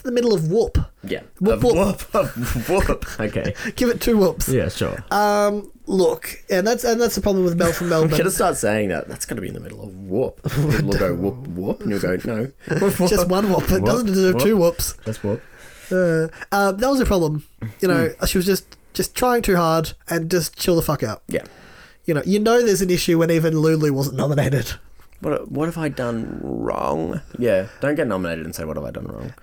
Speaker 1: the middle of whoop.
Speaker 2: yeah.
Speaker 1: Whoop,
Speaker 2: Of
Speaker 1: whoop.
Speaker 2: whoop,
Speaker 1: [laughs]
Speaker 2: whoop, whoop. Okay.
Speaker 1: Give it two whoops.
Speaker 2: Yeah, sure.
Speaker 1: Um, look, and that's and that's the problem with Mel from
Speaker 2: I'm
Speaker 1: Melbourne.
Speaker 2: gonna start saying that. That's gonna be in the middle
Speaker 1: [laughs]
Speaker 2: of whoop. People will go whoop whoop, and you'll go no.
Speaker 1: Just one whoop. It doesn't deserve two whoops.
Speaker 2: That's whoop.
Speaker 1: Uh, uh, that was a problem. You know, she was just just trying too hard and just chill the fuck out.
Speaker 2: Yeah.
Speaker 1: You know, you know, there's an issue when even Lulu wasn't nominated.
Speaker 2: What what have I done wrong? Yeah, don't get nominated and say what have I done wrong.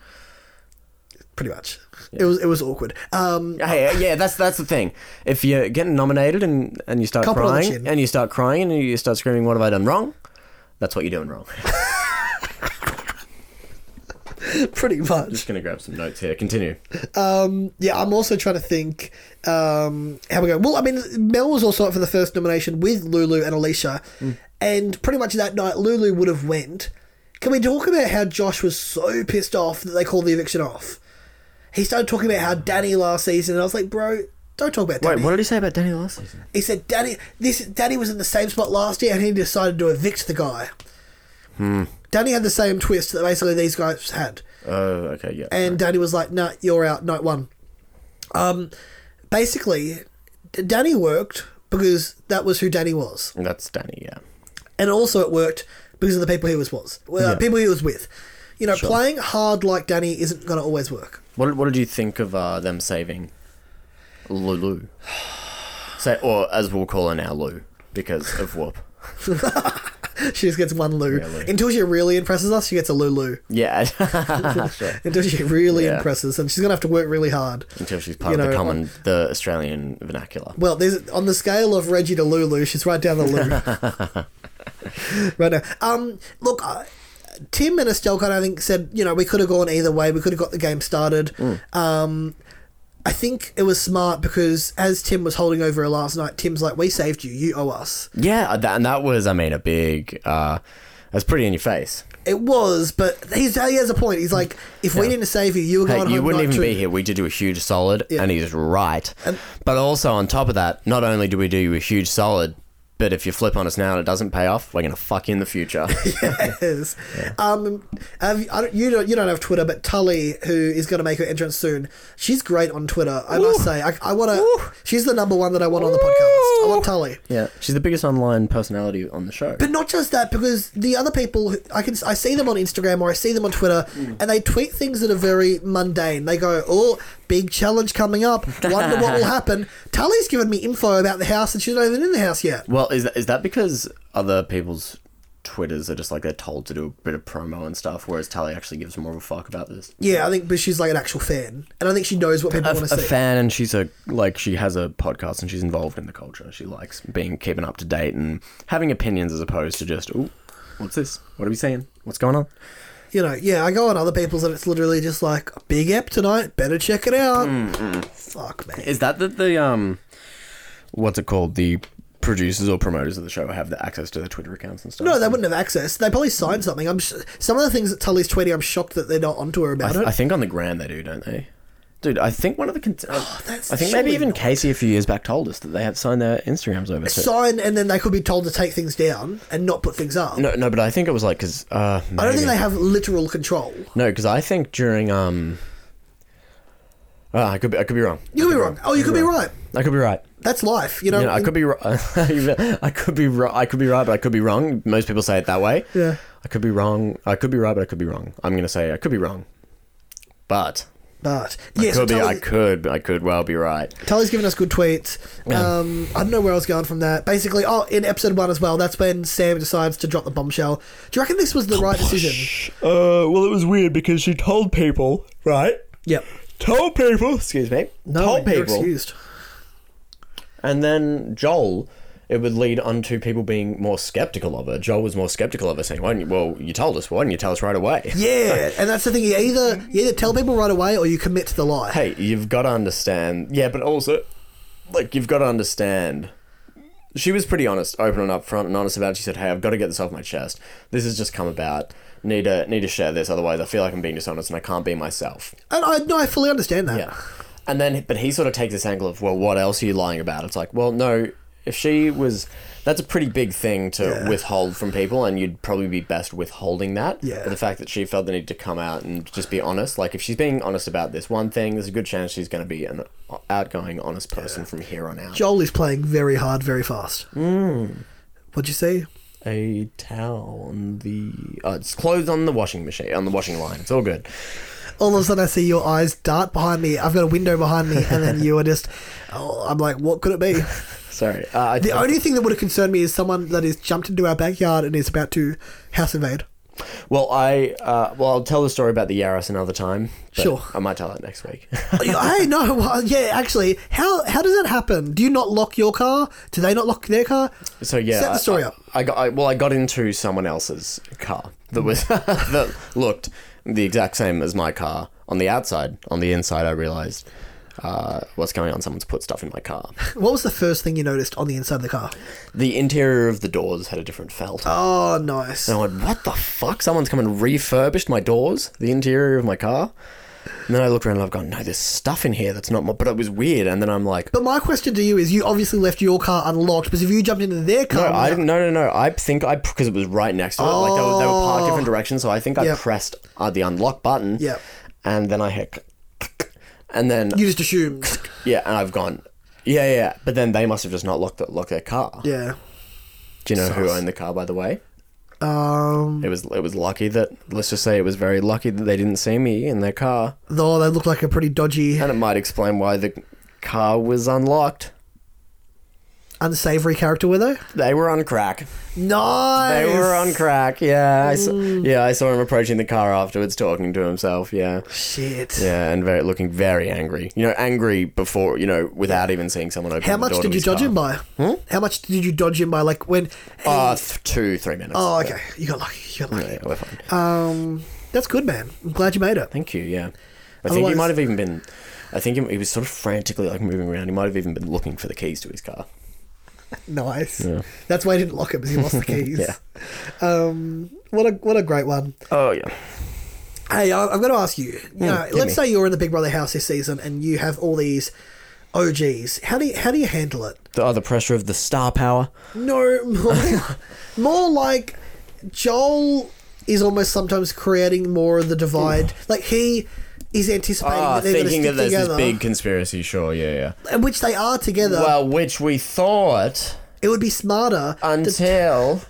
Speaker 1: Pretty much, it was it was awkward. Um,
Speaker 2: Hey, uh, yeah, that's that's the thing. If you're getting nominated and and you start
Speaker 1: Couple on the
Speaker 2: crying
Speaker 1: chin.
Speaker 2: and you start crying and you start screaming, what have I done wrong? That's what you're doing wrong. [laughs]
Speaker 1: [laughs] pretty much.
Speaker 2: Just gonna grab some notes here. Continue.
Speaker 1: Um, yeah, I'm also trying to think um, how we go. Well, I mean, Mel was also up for the first nomination with Lulu and Alicia, and pretty much that night Lulu would have went. Can we talk about how Josh was so pissed off that they called the eviction off? He started talking about how Danny last season, and I was like, bro, don't talk about Danny.
Speaker 2: Wait, what did he say about Danny last season?
Speaker 1: He said, "Daddy, this Daddy was in the same spot last year, and he decided to evict the guy." Danny had the same twist that basically these guys had,
Speaker 2: Oh, okay, yeah.
Speaker 1: and Danny was like, "No, you're out, night one." Um, basically, D- Danny worked because that was who Danny was,
Speaker 2: that's Danny. Yeah.
Speaker 1: and also it worked because of the people he was was well, people he was with. You know, playing hard like Danny isn't going to always work. [laughs]
Speaker 2: What What did you think of uh, them saving Lulu? [sighs] Say, or as we'll call her now, Lou, because of Whoop.
Speaker 1: She just gets one Lou.
Speaker 2: Yeah, Lou.
Speaker 1: Until she really impresses us, she gets a Lulu.
Speaker 2: Yeah. [laughs]
Speaker 1: Until she really
Speaker 2: Yeah.
Speaker 1: impresses, and she's going to have to work really hard.
Speaker 2: Until she's part
Speaker 1: You
Speaker 2: of
Speaker 1: know,
Speaker 2: the common, the Australian vernacular.
Speaker 1: Well, there's on the scale of Reggie to Lulu, she's right down the Lou.
Speaker 2: [laughs]
Speaker 1: right now, um, look, uh, Tim and Estelle kind of I think said, you know, we could have gone either way. We could have got the game started.
Speaker 2: Hmm.
Speaker 1: Um, I think it was smart because as Tim was holding over her last night, Tim's like, "We saved you. You owe us."
Speaker 2: Yeah, that, and that was, I mean, a big. Uh, that's pretty in your face.
Speaker 1: It was, but he's, he has a point. He's like, "If we didn't save you, you were going
Speaker 2: Hey, you
Speaker 1: home
Speaker 2: wouldn't
Speaker 1: night
Speaker 2: even
Speaker 1: two.
Speaker 2: be here. We did you a huge solid,
Speaker 1: Yeah.
Speaker 2: and he's right. but also on top of that, not only do we do you a huge solid, but if you flip on us now and it doesn't pay off, we're gonna fuck you in
Speaker 1: [laughs]
Speaker 2: the future.
Speaker 1: yes. Um, have, I don't, you don't you don't have Twitter, but Tully, who is going to make her entrance soon, she's great on Twitter. I must say, I, I want to. She's the number one that I want on the podcast. I want Tully.
Speaker 2: yeah, [laughs] she's the biggest online personality on the show.
Speaker 1: But not just that, because the other people, who- I can I see them on Instagram or I see them on Twitter,
Speaker 2: Mm.
Speaker 1: and they tweet things that are very mundane. They go, "Oh, big challenge coming up. Wonder what
Speaker 2: [laughs]
Speaker 1: will happen." Tully's given me info about the house, and she's not even in the house yet.
Speaker 2: well, is that, is that because other people's Twitters are just like they're told to do a bit of promo and stuff, whereas Tally actually gives more of a fuck about this?
Speaker 1: Yeah, I think, but she's like an actual fan, and I think she knows what people
Speaker 2: a,
Speaker 1: want to
Speaker 2: a
Speaker 1: see.
Speaker 2: fan and she's a like she has a podcast and she's involved in the culture she likes being keeping up to date and having opinions as opposed to just ooh what's this what are we saying what's going on
Speaker 1: you know, yeah, I go on other people's and it's literally just like big app tonight. Better check it out.
Speaker 2: Mm-hmm.
Speaker 1: Fuck man.
Speaker 2: is that the, the um what's it called the producers or promoters of the show have the access to their twitter accounts and stuff
Speaker 1: No, they wouldn't have access. They probably signed something. I'm sh- some of the things that Tully's tweeting. I'm shocked that they're not onto her about
Speaker 2: I
Speaker 1: it.
Speaker 2: think on the grand they do don't they Dude, I think one of the. Con-
Speaker 1: Oh, that's
Speaker 2: I think maybe
Speaker 1: surely
Speaker 2: even
Speaker 1: not.
Speaker 2: Casey a few years back told us that they have signed their Instagrams over to.
Speaker 1: sign and then they could be told to take things down and not put things up.
Speaker 2: No, no, but I think it was like because
Speaker 1: I
Speaker 2: uh,
Speaker 1: don't
Speaker 2: maybe-
Speaker 1: think they have literal control.
Speaker 2: No, because I think during um, uh, I could be, I could be wrong.
Speaker 1: You could be wrong. Oh, you could be right.
Speaker 2: I could be right.
Speaker 1: That's life. You know.
Speaker 2: You know, I could be ri- [laughs] I could be ri- I could be right, but I could be wrong. Most people say it that way.
Speaker 1: Yeah.
Speaker 2: I could be wrong. I could be right, but I could be wrong. I'm gonna say I could be wrong, but
Speaker 1: But
Speaker 2: I
Speaker 1: yes,
Speaker 2: could be. I
Speaker 1: Tully,
Speaker 2: could. I could well be right.
Speaker 1: Tully's given us good tweets.
Speaker 2: Yeah.
Speaker 1: Um, I don't know where I was going from that. Basically, oh, in episode one as well. That's when Sam decides to drop the bombshell. Do you reckon this was the right decision?
Speaker 2: Uh, well, it was weird because she told people, right?
Speaker 1: Yep.
Speaker 2: Told people. Excuse me.
Speaker 1: No,
Speaker 2: told
Speaker 1: you're
Speaker 2: people.
Speaker 1: excused.
Speaker 2: And then Joel, it would lead onto people being more skeptical of her. Joel was more skeptical of her, saying, "Why didn't you? Well, you told us. Why didn't you tell us right away?" [laughs]
Speaker 1: Yeah, and that's the thing. You either you either tell people right away or you commit to the lie.
Speaker 2: Hey, you've got to understand. Yeah, but also, like, you've got to understand. She was pretty honest, open and upfront, and honest about it. She said, "Hey, I've got to get this off my chest. This has just come about. Need to need to share this, otherwise, I feel like I'm being dishonest and I can't be myself."
Speaker 1: And I no, I fully understand that.
Speaker 2: Yeah. And then, but he sort of takes this angle of, well, what else are you lying about? It's like, well, no, if she was, that's a pretty big thing to withhold from people, and you'd probably be best withholding that.
Speaker 1: Yeah.
Speaker 2: But the fact that she felt the need to come out and just be honest, like, if she's being honest about this one thing, there's a good chance she's going to be an outgoing, honest person from here on out.
Speaker 1: Joel is playing very hard, very fast. Mm. What'd you say?
Speaker 2: a towel on the, uh, it's clothes on the washing machine, on the washing line. It's all good.
Speaker 1: All of a sudden, I see your eyes dart behind me. I've got a window behind me, and then you are just. Oh, I'm like, what could it be?
Speaker 2: Sorry. Uh, I-
Speaker 1: The only thing that would have concerned me is someone that has jumped into our backyard and is about to house [laughs] invade.
Speaker 2: Well, I uh, well, I'll tell the story about the Yaris another time. but
Speaker 1: Sure.
Speaker 2: I might tell it next week. [laughs]
Speaker 1: hey, no, well, yeah, actually, how how does that happen? Do you not lock your car? Do they not lock their car?
Speaker 2: so yeah,
Speaker 1: Set the
Speaker 2: I-
Speaker 1: story
Speaker 2: I,
Speaker 1: up.
Speaker 2: I got I, well, I got into someone else's car that was [laughs] that looked the exact same as my car on the outside. On the inside, I realized uh, what's going on. Someone's put stuff in
Speaker 1: [laughs]
Speaker 2: my car.
Speaker 1: What was the first thing you noticed on the inside of the car?
Speaker 2: The interior of the doors had a different felt.
Speaker 1: Oh, nice.
Speaker 2: And I went, what the fuck? Someone's come and refurbished my doors, the interior of my car. And then I looked around and I've gone, no, there's stuff in here that's not my, but it was weird. And then I'm like,
Speaker 1: But my question to you is: you obviously left your car unlocked because if you jumped into their
Speaker 2: No,
Speaker 1: car,
Speaker 2: I didn't. No, no, no. I think I because it was right next to it. Like they were, they were parked different directions. So I think I
Speaker 1: Oh. Yep.
Speaker 2: pressed uh, the unlock button.
Speaker 1: Yep.
Speaker 2: And then I hit, click, and then
Speaker 1: you just assumed.
Speaker 2: [laughs] yeah, and I've gone. Yeah, yeah, yeah. But then they must have just not locked it, locked their car.
Speaker 1: yeah.
Speaker 2: Do you know who owned the car, by the way?
Speaker 1: Um.
Speaker 2: It was it was lucky that let's just say it was very lucky that they didn't see me in their car,
Speaker 1: Though they look like a pretty dodgy,
Speaker 2: and it might explain why the car was unlocked.
Speaker 1: unsavory character, were they?
Speaker 2: They were on crack.
Speaker 1: Nice.
Speaker 2: They were on crack. Yeah, I saw, yeah, I saw him approaching the car afterwards, talking to himself. Yeah.
Speaker 1: Shit.
Speaker 2: Yeah, and very looking very angry. You know, angry before you know, without even seeing someone open.
Speaker 1: How
Speaker 2: the
Speaker 1: much
Speaker 2: door
Speaker 1: did you
Speaker 2: to his Hmm?
Speaker 1: dodge
Speaker 2: car.
Speaker 1: him by? How much did you dodge him by? Like when?
Speaker 2: Uh, th- two, three minutes.
Speaker 1: oh, okay. You got lucky. You got lucky.
Speaker 2: Yeah, we're fine.
Speaker 1: Um, that's good, man. I'm glad you made it.
Speaker 2: Thank you. Yeah, I think he
Speaker 1: Otherwise-
Speaker 2: might have even been. I think he, he was sort of frantically like moving around. He might have even been looking for the keys to his car.
Speaker 1: Nice.
Speaker 2: Yeah.
Speaker 1: That's why he didn't lock it because he
Speaker 2: [laughs]
Speaker 1: lost the keys.
Speaker 2: Yeah.
Speaker 1: Um, what a what a great one.
Speaker 2: Oh yeah.
Speaker 1: Hey, I- I'm going to ask you. you know,
Speaker 2: hit
Speaker 1: let's
Speaker 2: me.
Speaker 1: say you're in the Big Brother house this season and you have all these OGs. How do you, how do you handle it?
Speaker 2: The other pressure of the star power.
Speaker 1: No, more, [laughs] more like Joel is almost sometimes creating more of the divide. Like he is anticipating
Speaker 2: Ah,
Speaker 1: Mm. that they're going to
Speaker 2: thinking
Speaker 1: stick
Speaker 2: that there's
Speaker 1: together,
Speaker 2: this big conspiracy. Sure. Yeah,
Speaker 1: and which they are together.
Speaker 2: yeah. Well, which we thought
Speaker 1: it would be smarter. [laughs]
Speaker 2: until.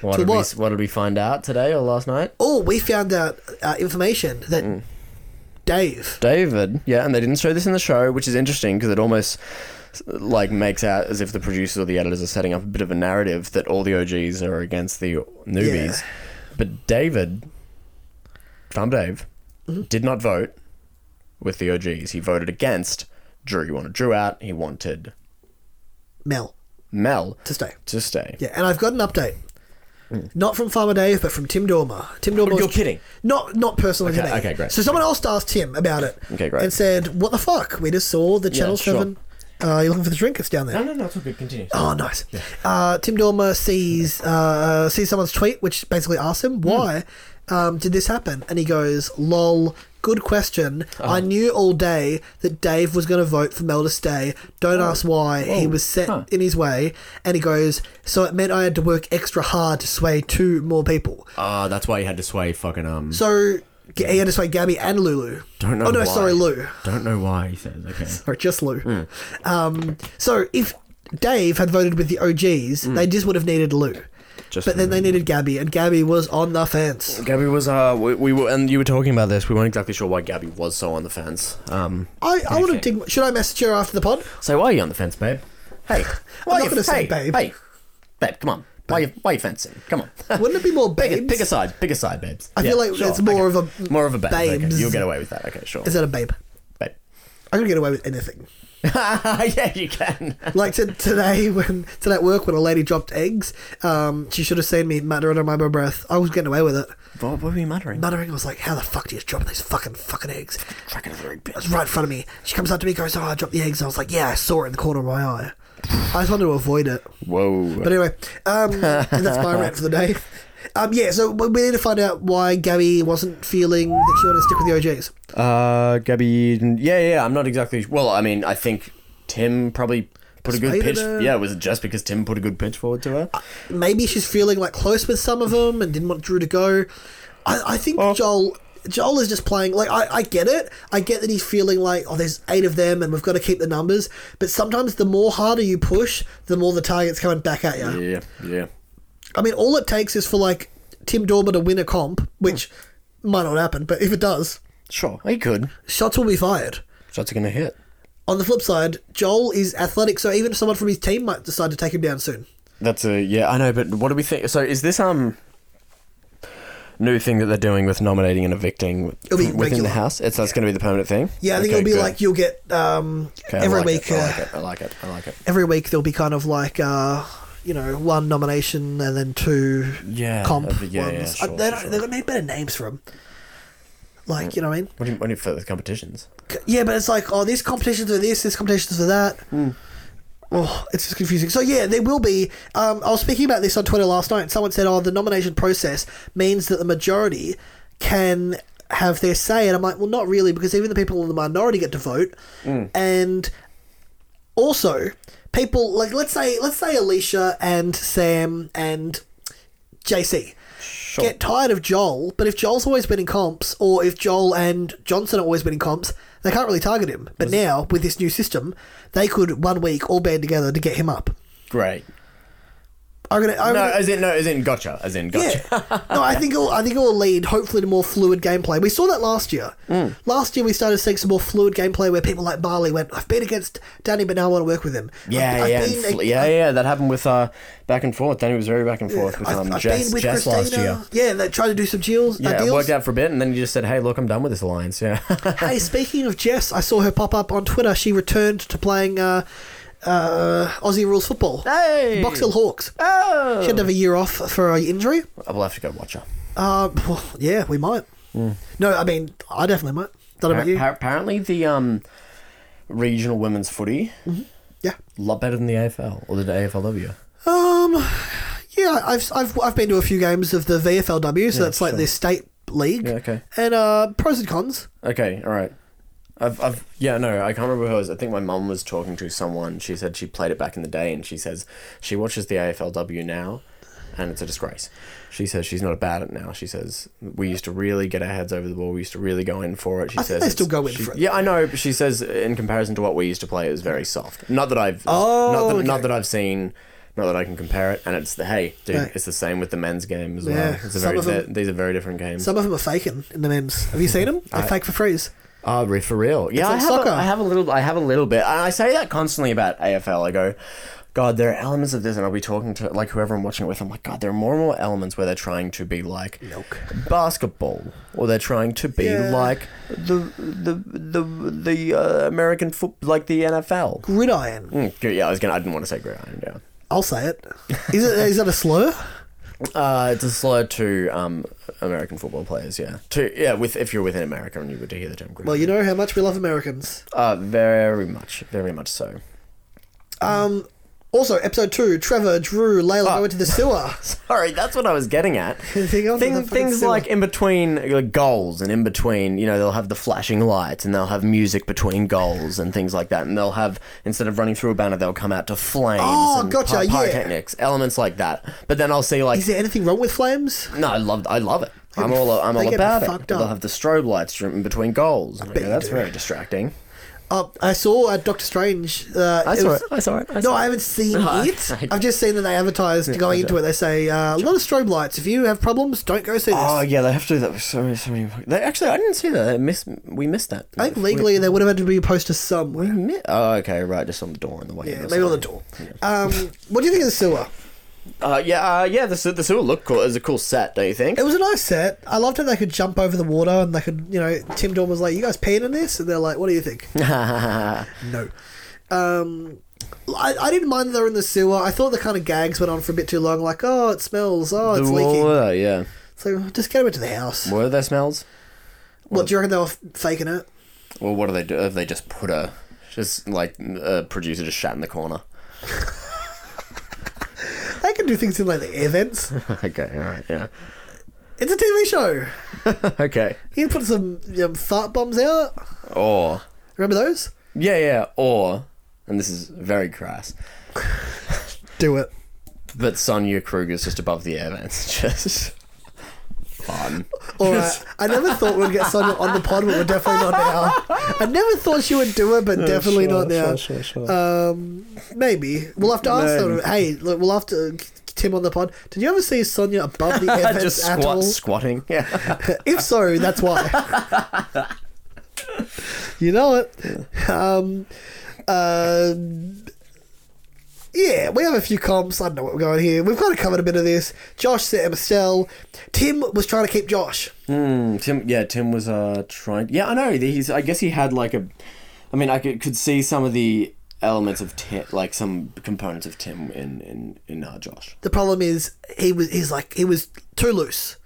Speaker 2: What did,
Speaker 1: what?
Speaker 2: We, what did we find out today or last night?
Speaker 1: oh, we found out uh, information that Dave.
Speaker 2: David, yeah, and they didn't show this in the show, which is interesting because it almost like makes out as if the producers or the editors are setting up a bit of a narrative that all the OGs are against the newbies. But David, Farm Dave,
Speaker 1: Mm-hmm.
Speaker 2: did not vote with the OGs. He voted against Drew. He wanted Drew out. He wanted
Speaker 1: Mel
Speaker 2: Mel
Speaker 1: to stay.
Speaker 2: to stay.
Speaker 1: Yeah, and I've got an update. Not from Farmer Dave, but from Tim Dormer. Tim Dormer.
Speaker 2: Hmm. You're
Speaker 1: was-
Speaker 2: kidding.
Speaker 1: Not not personally
Speaker 2: Okay,
Speaker 1: to me.
Speaker 2: okay, great.
Speaker 1: So someone else asked Tim about it.
Speaker 2: Okay, great.
Speaker 1: And said, "What the fuck? We just saw the Channel
Speaker 2: sure.
Speaker 1: Seven Uh, you're looking for the drink? It's down there.
Speaker 3: No, no, no, it's all good. Continue.
Speaker 1: Oh, nice. Uh, Tim Dormer sees uh, sees someone's tweet, which basically asks
Speaker 2: Hmm.
Speaker 1: him, "Why um, did this happen?" And he goes, "Lol, good question.
Speaker 2: Oh.
Speaker 1: I knew all day that Dave was going to vote for Mel to stay. Don't ask
Speaker 2: Oh.
Speaker 1: why. He was set
Speaker 3: Huh.
Speaker 1: in his way." And he goes, "So it meant I had to work extra hard to sway two more people.
Speaker 2: Ah, that's why you had to sway fucking um.
Speaker 1: So g- he had to sway Gabby and Lulu.
Speaker 2: Don't know
Speaker 1: Oh no,
Speaker 2: why.
Speaker 1: sorry, Lou.
Speaker 3: Don't know why he says. Okay.
Speaker 1: Or just Lou.
Speaker 2: Hmm.
Speaker 1: Um, so if Dave had voted with the OGs, they just would have needed Lou.
Speaker 2: Hmm. Just
Speaker 1: But then they needed Gabby, and Gabby was on the fence.
Speaker 2: Gabby was uh, we, we were, and you were talking about this. We weren't exactly sure why Gabby was so on the fence. Um,
Speaker 1: I, I would have. Dig- should I message her after the pod?
Speaker 2: so why are you on the fence, babe?
Speaker 1: [laughs]
Speaker 2: Hey, why
Speaker 1: not
Speaker 2: are you,
Speaker 1: gonna say
Speaker 2: hey,
Speaker 1: babe.
Speaker 2: Hey, babe, come on. Why you, why you fencing? Come on.
Speaker 1: Wouldn't it be more
Speaker 2: [laughs] pick, a,
Speaker 1: babes?
Speaker 2: pick a side. Pick a side, babes.
Speaker 1: I feel like it's more of a
Speaker 2: more of a babe. Okay,
Speaker 1: babes.
Speaker 2: You'll get away with that. Okay, sure.
Speaker 1: Is that a babe?
Speaker 2: babe. [laughs]
Speaker 1: I could get away with anything.
Speaker 2: yeah, you can. [laughs]
Speaker 1: Like t- today, when today at work, when a lady dropped eggs, um, she should have seen me mutter under my breath. I was getting away with it.
Speaker 2: What, what were you muttering?
Speaker 1: Muttering, I was like, "How the fuck do you drop these fucking fucking eggs?"
Speaker 2: Tracking the rig,
Speaker 1: It was right in front of me. She comes up to me, goes, "Oh, I dropped the eggs." I was like, "Yeah, I saw it in the corner of my eye." I just wanted to avoid it.
Speaker 2: Whoa.
Speaker 1: But anyway, um, that's my rant for the day. Um, yeah, so we we need to find out why Gabby wasn't feeling that she wanted to stick with the OGs.
Speaker 2: Uh, Gabby. Yeah, yeah. I'm not exactly. Well, I mean, I think Tim probably put a good
Speaker 1: Persuaded
Speaker 2: pitch.
Speaker 1: her.
Speaker 2: Yeah, was it just because Tim put a good pitch forward to her?
Speaker 1: Maybe she's feeling like close with some of them and didn't want Drew to go. I, I think Joel. Joel is just playing like I, I get it. I get that he's feeling like oh there's eight of them and we've got to keep the numbers. But sometimes the more harder you push, the more the target's coming back at you.
Speaker 2: Yeah, yeah.
Speaker 1: I mean, all it takes is for like Tim Dormer to win a comp, which might not happen, but if it does,
Speaker 2: Sure, he could.
Speaker 1: shots will be fired.
Speaker 2: Shots are gonna hit.
Speaker 1: On the flip side, Joel is athletic, so even someone from his team might decide to take him down soon.
Speaker 2: That's a yeah. I know, but what do we think? So is this um new thing that they're doing with nominating and evicting with-
Speaker 1: It'll be
Speaker 2: within
Speaker 1: regular.
Speaker 2: the house? It's that's gonna be the permanent thing.
Speaker 1: Yeah, I think
Speaker 2: Okay,
Speaker 1: it'll be
Speaker 2: good.
Speaker 1: like you'll get um,
Speaker 2: Okay, I
Speaker 1: every
Speaker 2: like
Speaker 1: week.
Speaker 2: It, I
Speaker 1: uh,
Speaker 2: like it. I like it. I like it.
Speaker 1: Every week there'll be kind of like uh, you know one nomination and then two
Speaker 2: Yeah,
Speaker 1: comp
Speaker 2: that'd be- yeah, yeah,
Speaker 1: ones.
Speaker 2: sure,
Speaker 1: Uh, they
Speaker 2: for
Speaker 1: don't,
Speaker 2: sure. Mm.
Speaker 1: They're gonna need better names for them. Like you know what I mean?
Speaker 2: What do you, what do you for the competitions?
Speaker 1: C- Yeah, but it's like oh, this competition's for this, this competition's for that. Oh, it's just confusing. So yeah, there will be. Um, I was speaking about this on Twitter last night. Someone said, "Oh, the nomination process means that the majority can have their say," and I'm like, "Well, not really, because even the people in the minority get to vote." And also, people like let's say let's say Alicia and Sam and JC get tired of Joel, but if Joel's always been in comps, or if Joel and Johnson are always been in comps, they can't really target him. But now, with this new system, they could one week all band together to get him up.
Speaker 2: Great.
Speaker 1: I'm gonna, I'm
Speaker 2: No,
Speaker 1: gonna-
Speaker 2: as in no, as in gotcha, as in gotcha.
Speaker 1: yeah. no, I think it'll, I think it will lead hopefully to more fluid gameplay. We saw that last year.
Speaker 2: Mm.
Speaker 1: Last year we started seeing some more fluid gameplay where people like Barley went, I've been against Danny, but now I want to work with him. I've-
Speaker 2: Yeah,
Speaker 1: I've
Speaker 2: yeah,
Speaker 1: been
Speaker 2: and
Speaker 1: ag-
Speaker 2: fl- yeah, yeah. That happened with uh, back and forth. Danny was very back and forth with
Speaker 1: I've-
Speaker 2: um,
Speaker 1: I've
Speaker 2: Jess,
Speaker 1: been with
Speaker 2: Jess last
Speaker 1: Christina.
Speaker 2: year.
Speaker 1: Yeah, they tried to do some deals. uh,
Speaker 2: Yeah, it
Speaker 1: deals.
Speaker 2: worked out for a bit, and then he just said, "Hey, look, I'm done with this alliance." Yeah, [laughs]
Speaker 1: hey, speaking of Jess, I saw her pop up on Twitter. She returned to playing uh, uh, Aussie rules football.
Speaker 2: Hey!
Speaker 1: Box Hill Hawks. She had to have a year off for an injury.
Speaker 2: I will have to go watch her.
Speaker 1: Uh, well, yeah, we might.
Speaker 2: Hmm.
Speaker 1: No, I mean, I definitely might. Don't know about you.
Speaker 2: Appar- Apparently, the um, regional women's footy
Speaker 1: yeah.
Speaker 2: a lot better than the AFL or the AFLW.
Speaker 1: Um, yeah, I've, I've I've been to a few games of the VFLW, so that's like
Speaker 2: sure.
Speaker 1: the state league.
Speaker 2: Yeah, okay.
Speaker 1: And uh, pros and cons.
Speaker 2: Okay, all right. I've, I've, yeah, no, I can't remember who it was. I think my mum was talking to someone. She said she played it back in the day, and she says she watches the AFLW now, and it's a disgrace. She says she's not about it now. She says we used to really get our heads over the ball. We used to really go in for it. She
Speaker 1: I
Speaker 2: says
Speaker 1: think they
Speaker 2: it's-
Speaker 1: still go in
Speaker 2: she-
Speaker 1: for it.
Speaker 2: Yeah, I know. But she says in comparison to what we used to play, it was very soft. Not that I've,
Speaker 1: Oh,
Speaker 2: not that, not
Speaker 1: okay.
Speaker 2: that I've seen. Not that I can compare it, and it's the hey, dude,
Speaker 1: Right.
Speaker 2: it's the same with the men's game as
Speaker 1: Yeah,
Speaker 2: well. It's
Speaker 1: some
Speaker 2: a very,
Speaker 1: of 'em-
Speaker 2: they're- these are very different games.
Speaker 1: Some of them are faking in the men's. Have you seen them? They fake for freeze.
Speaker 2: Oh, re- for real? Yeah, I
Speaker 1: like
Speaker 2: have,
Speaker 1: soccer.
Speaker 2: A, I have a little. I have a little bit. And I say that constantly about AFL. I go, God, there are elements of this, and I'll be talking to like whoever I'm watching it with. I'm like, God, there are more and more elements where they're trying to be like basketball, or they're trying to be
Speaker 1: Yeah.
Speaker 2: like the the the the uh, American foot, like the NFL.
Speaker 1: Gridiron.
Speaker 2: Mm, good, yeah, I was gonna. I didn't want to say gridiron. Yeah,
Speaker 1: I'll say it. Is it is that a slur?
Speaker 2: uh, it's a slur to um, American football players. Yeah, to yeah, with if you're within America and you were to hear the term gridiron.
Speaker 1: Well, you know how much we love Americans.
Speaker 2: Uh, very much, very much so.
Speaker 1: Um, also, episode two, Trevor, Drew, Layla go into the
Speaker 2: [laughs]
Speaker 1: sewer.
Speaker 2: Sorry, that's what I was getting at.
Speaker 1: Thing on to the
Speaker 2: Thing,
Speaker 1: fucking
Speaker 2: things
Speaker 1: sewer.
Speaker 2: like in between uh, goals and in between, you know, they'll have the flashing lights and they'll have music between goals and things like that. And they'll have, instead of running through a banner, they'll come out to flames.
Speaker 1: Oh,
Speaker 2: and
Speaker 1: gotcha,
Speaker 2: py-
Speaker 1: yeah.
Speaker 2: Pyrotechnics, elements like that. But then I'll see, like,
Speaker 1: Is there anything wrong with flames?
Speaker 2: no, I love, I love it. I'm all, I'm
Speaker 1: They
Speaker 2: all
Speaker 1: get
Speaker 2: about it.
Speaker 1: fucked
Speaker 2: They'll
Speaker 1: up.
Speaker 2: have the strobe lights dur- in between goals. And I
Speaker 1: bet
Speaker 2: go,
Speaker 1: you
Speaker 2: that's
Speaker 1: do.
Speaker 2: very distracting.
Speaker 1: Uh, I saw uh, Doctor Strange. Uh,
Speaker 2: I saw
Speaker 1: was-
Speaker 2: it. I saw it. I
Speaker 1: No,
Speaker 2: saw
Speaker 1: I
Speaker 2: it.
Speaker 1: haven't seen
Speaker 2: No,
Speaker 1: it.
Speaker 2: I-
Speaker 1: I've just seen that they advertised going into it. They say uh, a lot of strobe lights. If you have problems, don't go see this.
Speaker 2: Oh yeah, they have to do that. with So many, so many. They, actually, I didn't see that. They miss, we missed that.
Speaker 1: I think legally they would have had to be posted somewhere.
Speaker 2: Mi- Oh, okay, right, just on the door on the way. in
Speaker 1: Yeah,
Speaker 2: or
Speaker 1: maybe on the
Speaker 2: something.
Speaker 1: door. Um, what do you think of the sewer?
Speaker 2: Uh, yeah, uh, yeah. The se- the sewer looked cool. It was a cool set, don't you think? [laughs]
Speaker 1: It was a nice set. I loved how they could jump over the water and they could, you know, Tim Dawn was like, "You guys peeing in this?" And they're like, "What do you think?" no. Um, I, I didn't mind that they were in the sewer. I thought the kind of gags went on for a bit too long. Like, oh, it smells. Oh,
Speaker 2: the
Speaker 1: it's leaking.
Speaker 2: water, yeah.
Speaker 1: So just get them into the house.
Speaker 2: Were there smells?
Speaker 1: What do you reckon they were f- faking it?
Speaker 2: Well, what do they do? Have they just put a just like a producer just shat in the corner?
Speaker 1: They can do things in like the air [laughs] vents.
Speaker 2: [laughs] okay, all right, yeah. [laughs]
Speaker 1: It's a TV show.
Speaker 2: okay.
Speaker 1: You can put some um, fart bombs out.
Speaker 2: Or
Speaker 1: Remember those?
Speaker 2: yeah, yeah. Or and this is very crass,
Speaker 1: Do it.
Speaker 2: but Sonia Kruger's just above the air vents, [laughs] just fun.
Speaker 1: All right. I never thought we'd get someone on the pod, but we're definitely not now. I never thought she would do it, but definitely not now.
Speaker 2: Uh,
Speaker 1: Um, maybe we'll have to ask
Speaker 2: Maybe.
Speaker 1: them. Hey, look, we'll have to Tim on the pod. Did you ever see Sonia above
Speaker 2: [laughs]
Speaker 1: the air
Speaker 2: just
Speaker 1: vents at
Speaker 2: squat,
Speaker 1: all?
Speaker 2: squatting. Yeah.
Speaker 1: [laughs] if so, that's why. you know it. Um, uh, yeah, we have a few comps. I don't know what we're going here. We've kind of covered a bit of this. Josh said Estelle. Tim was trying to keep Josh.
Speaker 2: Hmm, Tim, yeah, Tim was uh trying. Yeah, I know. He's. I guess he had like a. I mean, I could, could see some of the elements of Tim, like some components of Tim in in in uh, Josh.
Speaker 1: The problem is he was he's like he was too loose.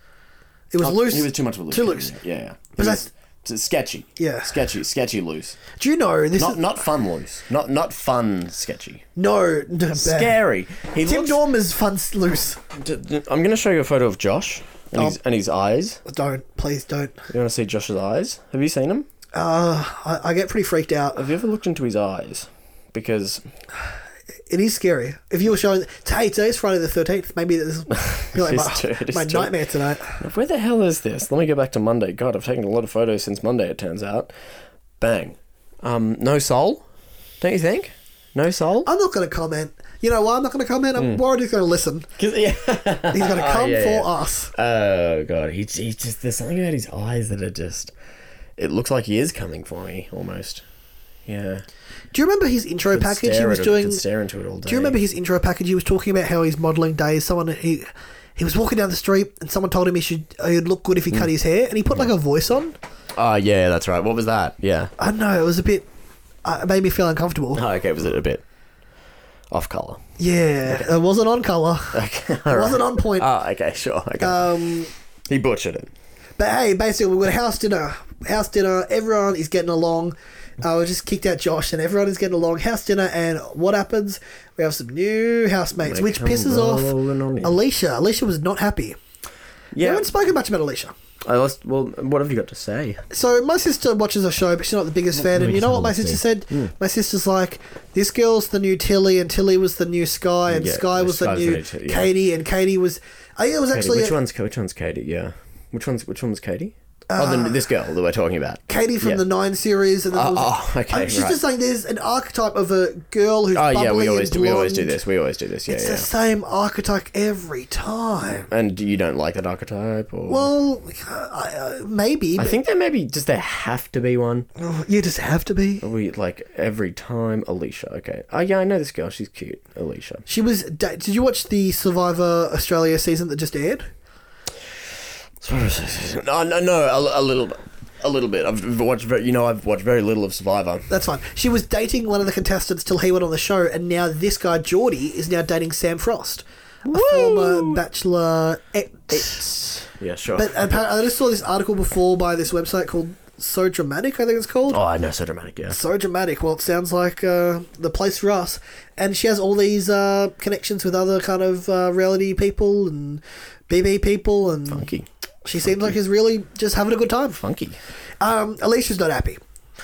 Speaker 1: It was loose.
Speaker 2: Oh, He was too much of a loose.
Speaker 1: Too
Speaker 2: cannon,
Speaker 1: loose.
Speaker 2: Yeah, yeah. He
Speaker 1: But
Speaker 2: was s- sketchy.
Speaker 1: Yeah.
Speaker 2: Sketchy. Sketchy loose.
Speaker 1: Do you know this?
Speaker 2: Not
Speaker 1: is,
Speaker 2: not fun loose. Not not fun sketchy.
Speaker 1: no, [laughs] no, bad.
Speaker 2: Scary. He
Speaker 1: Tim
Speaker 2: looks-
Speaker 1: Dorm is fun s- loose.
Speaker 2: D- d- I'm gonna show you a photo of Josh and
Speaker 1: Oh.
Speaker 2: his and his eyes.
Speaker 1: Don't please don't.
Speaker 2: You want to see Josh's eyes? Have you seen him?
Speaker 1: Uh, I, I get pretty freaked out.
Speaker 2: Have you ever looked into his eyes? Because
Speaker 1: It is scary. If you were showing, hey, today's Friday the 13th, maybe this
Speaker 2: [laughs]
Speaker 1: is you're like,
Speaker 2: It is
Speaker 1: my,
Speaker 2: true, it is
Speaker 1: my
Speaker 2: true.
Speaker 1: nightmare tonight.
Speaker 2: Where the hell is this? Let me go back to Monday. God, I've taken a lot of photos since Monday, it turns out. Bang. Um, no soul? Don't you think?
Speaker 1: [laughs]
Speaker 2: No soul?
Speaker 1: I'm not going to comment. You know why I'm not going to comment? I'm worried he's going to listen.
Speaker 2: 'Cause- yeah.
Speaker 1: He's going
Speaker 2: [laughs]
Speaker 1: to come
Speaker 2: Hmm. Oh, yeah,
Speaker 1: for
Speaker 2: yeah.
Speaker 1: us.
Speaker 2: oh, God. He, he just, there's something about his eyes that are just. It looks like he is coming for me, almost. Yeah.
Speaker 1: Do you remember his intro package he was doing? Do
Speaker 2: stare into it all day.
Speaker 1: you remember his intro package? He was talking about how he's modelling days. Someone he he was walking down the street and someone told him he should he'd look good if he
Speaker 2: Hmm.
Speaker 1: cut his hair, and he put like a voice on.
Speaker 2: Oh, yeah, that's right. What was that? Yeah.
Speaker 1: I don't know it was a bit. Uh, it made me feel uncomfortable.
Speaker 2: Oh, okay, was it a bit off colour?
Speaker 1: Yeah, it wasn't on colour.
Speaker 2: [laughs] Okay.
Speaker 1: It wasn't on point.
Speaker 2: Oh, okay, sure. Okay.
Speaker 1: um,
Speaker 2: he butchered it.
Speaker 1: But hey, basically, we've got a house dinner. House dinner, everyone is getting along. Uh, we just kicked out Josh, and everyone is getting along. House dinner, and what happens? We have some new housemates,
Speaker 2: They
Speaker 1: which
Speaker 2: come
Speaker 1: pisses off
Speaker 2: rolling on in.
Speaker 1: Alicia. Alicia was not happy. We
Speaker 2: Yeah.
Speaker 1: haven't spoken much about Alicia.
Speaker 2: I lost. Well, what have you got to say?
Speaker 1: So my sister watches a show, but she's not the biggest fan. And you know what my sister said?
Speaker 2: Hmm.
Speaker 1: My sister's like, "This girl's the new Tilly, and Tilly was the new Sky, and
Speaker 2: Yeah,
Speaker 1: Sky was the
Speaker 2: Sky's the
Speaker 1: new
Speaker 2: new Tilly, yeah.
Speaker 1: Katie, and Katie was." I think it was
Speaker 2: Katie,
Speaker 1: actually
Speaker 2: which one's which one's Katie? Yeah, which one's which one's Katie? oh, the, this girl that we're talking about.
Speaker 1: Katie from
Speaker 2: Yeah.
Speaker 1: the Nine series, and then there was-
Speaker 2: oh, okay,
Speaker 1: Um, she's
Speaker 2: right.
Speaker 1: just saying there's an archetype of a girl who's
Speaker 2: Oh
Speaker 1: bubbly
Speaker 2: yeah, we always
Speaker 1: and
Speaker 2: do. We always do
Speaker 1: blonde.
Speaker 2: this. We always do this. Yeah,
Speaker 1: It's
Speaker 2: yeah.
Speaker 1: the same archetype every time.
Speaker 2: And you don't like that archetype, or
Speaker 1: Well, I, uh, maybe.
Speaker 2: I
Speaker 1: But
Speaker 2: think there maybe does there have to be one?
Speaker 1: oh, you just have to be.
Speaker 2: We like every time Alicia. Okay. Oh yeah, I know this girl. She's cute, Alicia.
Speaker 1: She was. da- Did you watch the Survivor Australia season that just aired?
Speaker 2: [laughs] No, no, no. A, a little bit. A little bit. I've watched. Very, you know, I've watched very little of Survivor.
Speaker 1: That's fine. She was dating one of the contestants till he went on the show, and now this guy Geordie is now dating Sam Frost, a former Bachelor. Ex.
Speaker 2: Yeah, sure.
Speaker 1: But apparently, I just saw this article before by this website called So Dramatic, I think it's called.
Speaker 2: Oh, I know, so dramatic, yeah.
Speaker 1: So Dramatic. Well, it sounds like uh, the place for us. And she has all these uh, connections with other kind of uh, reality people and BB people, and
Speaker 2: Funky.
Speaker 1: she seems like she's really just having a good time.
Speaker 2: Funky.
Speaker 1: Um, Alicia's not happy.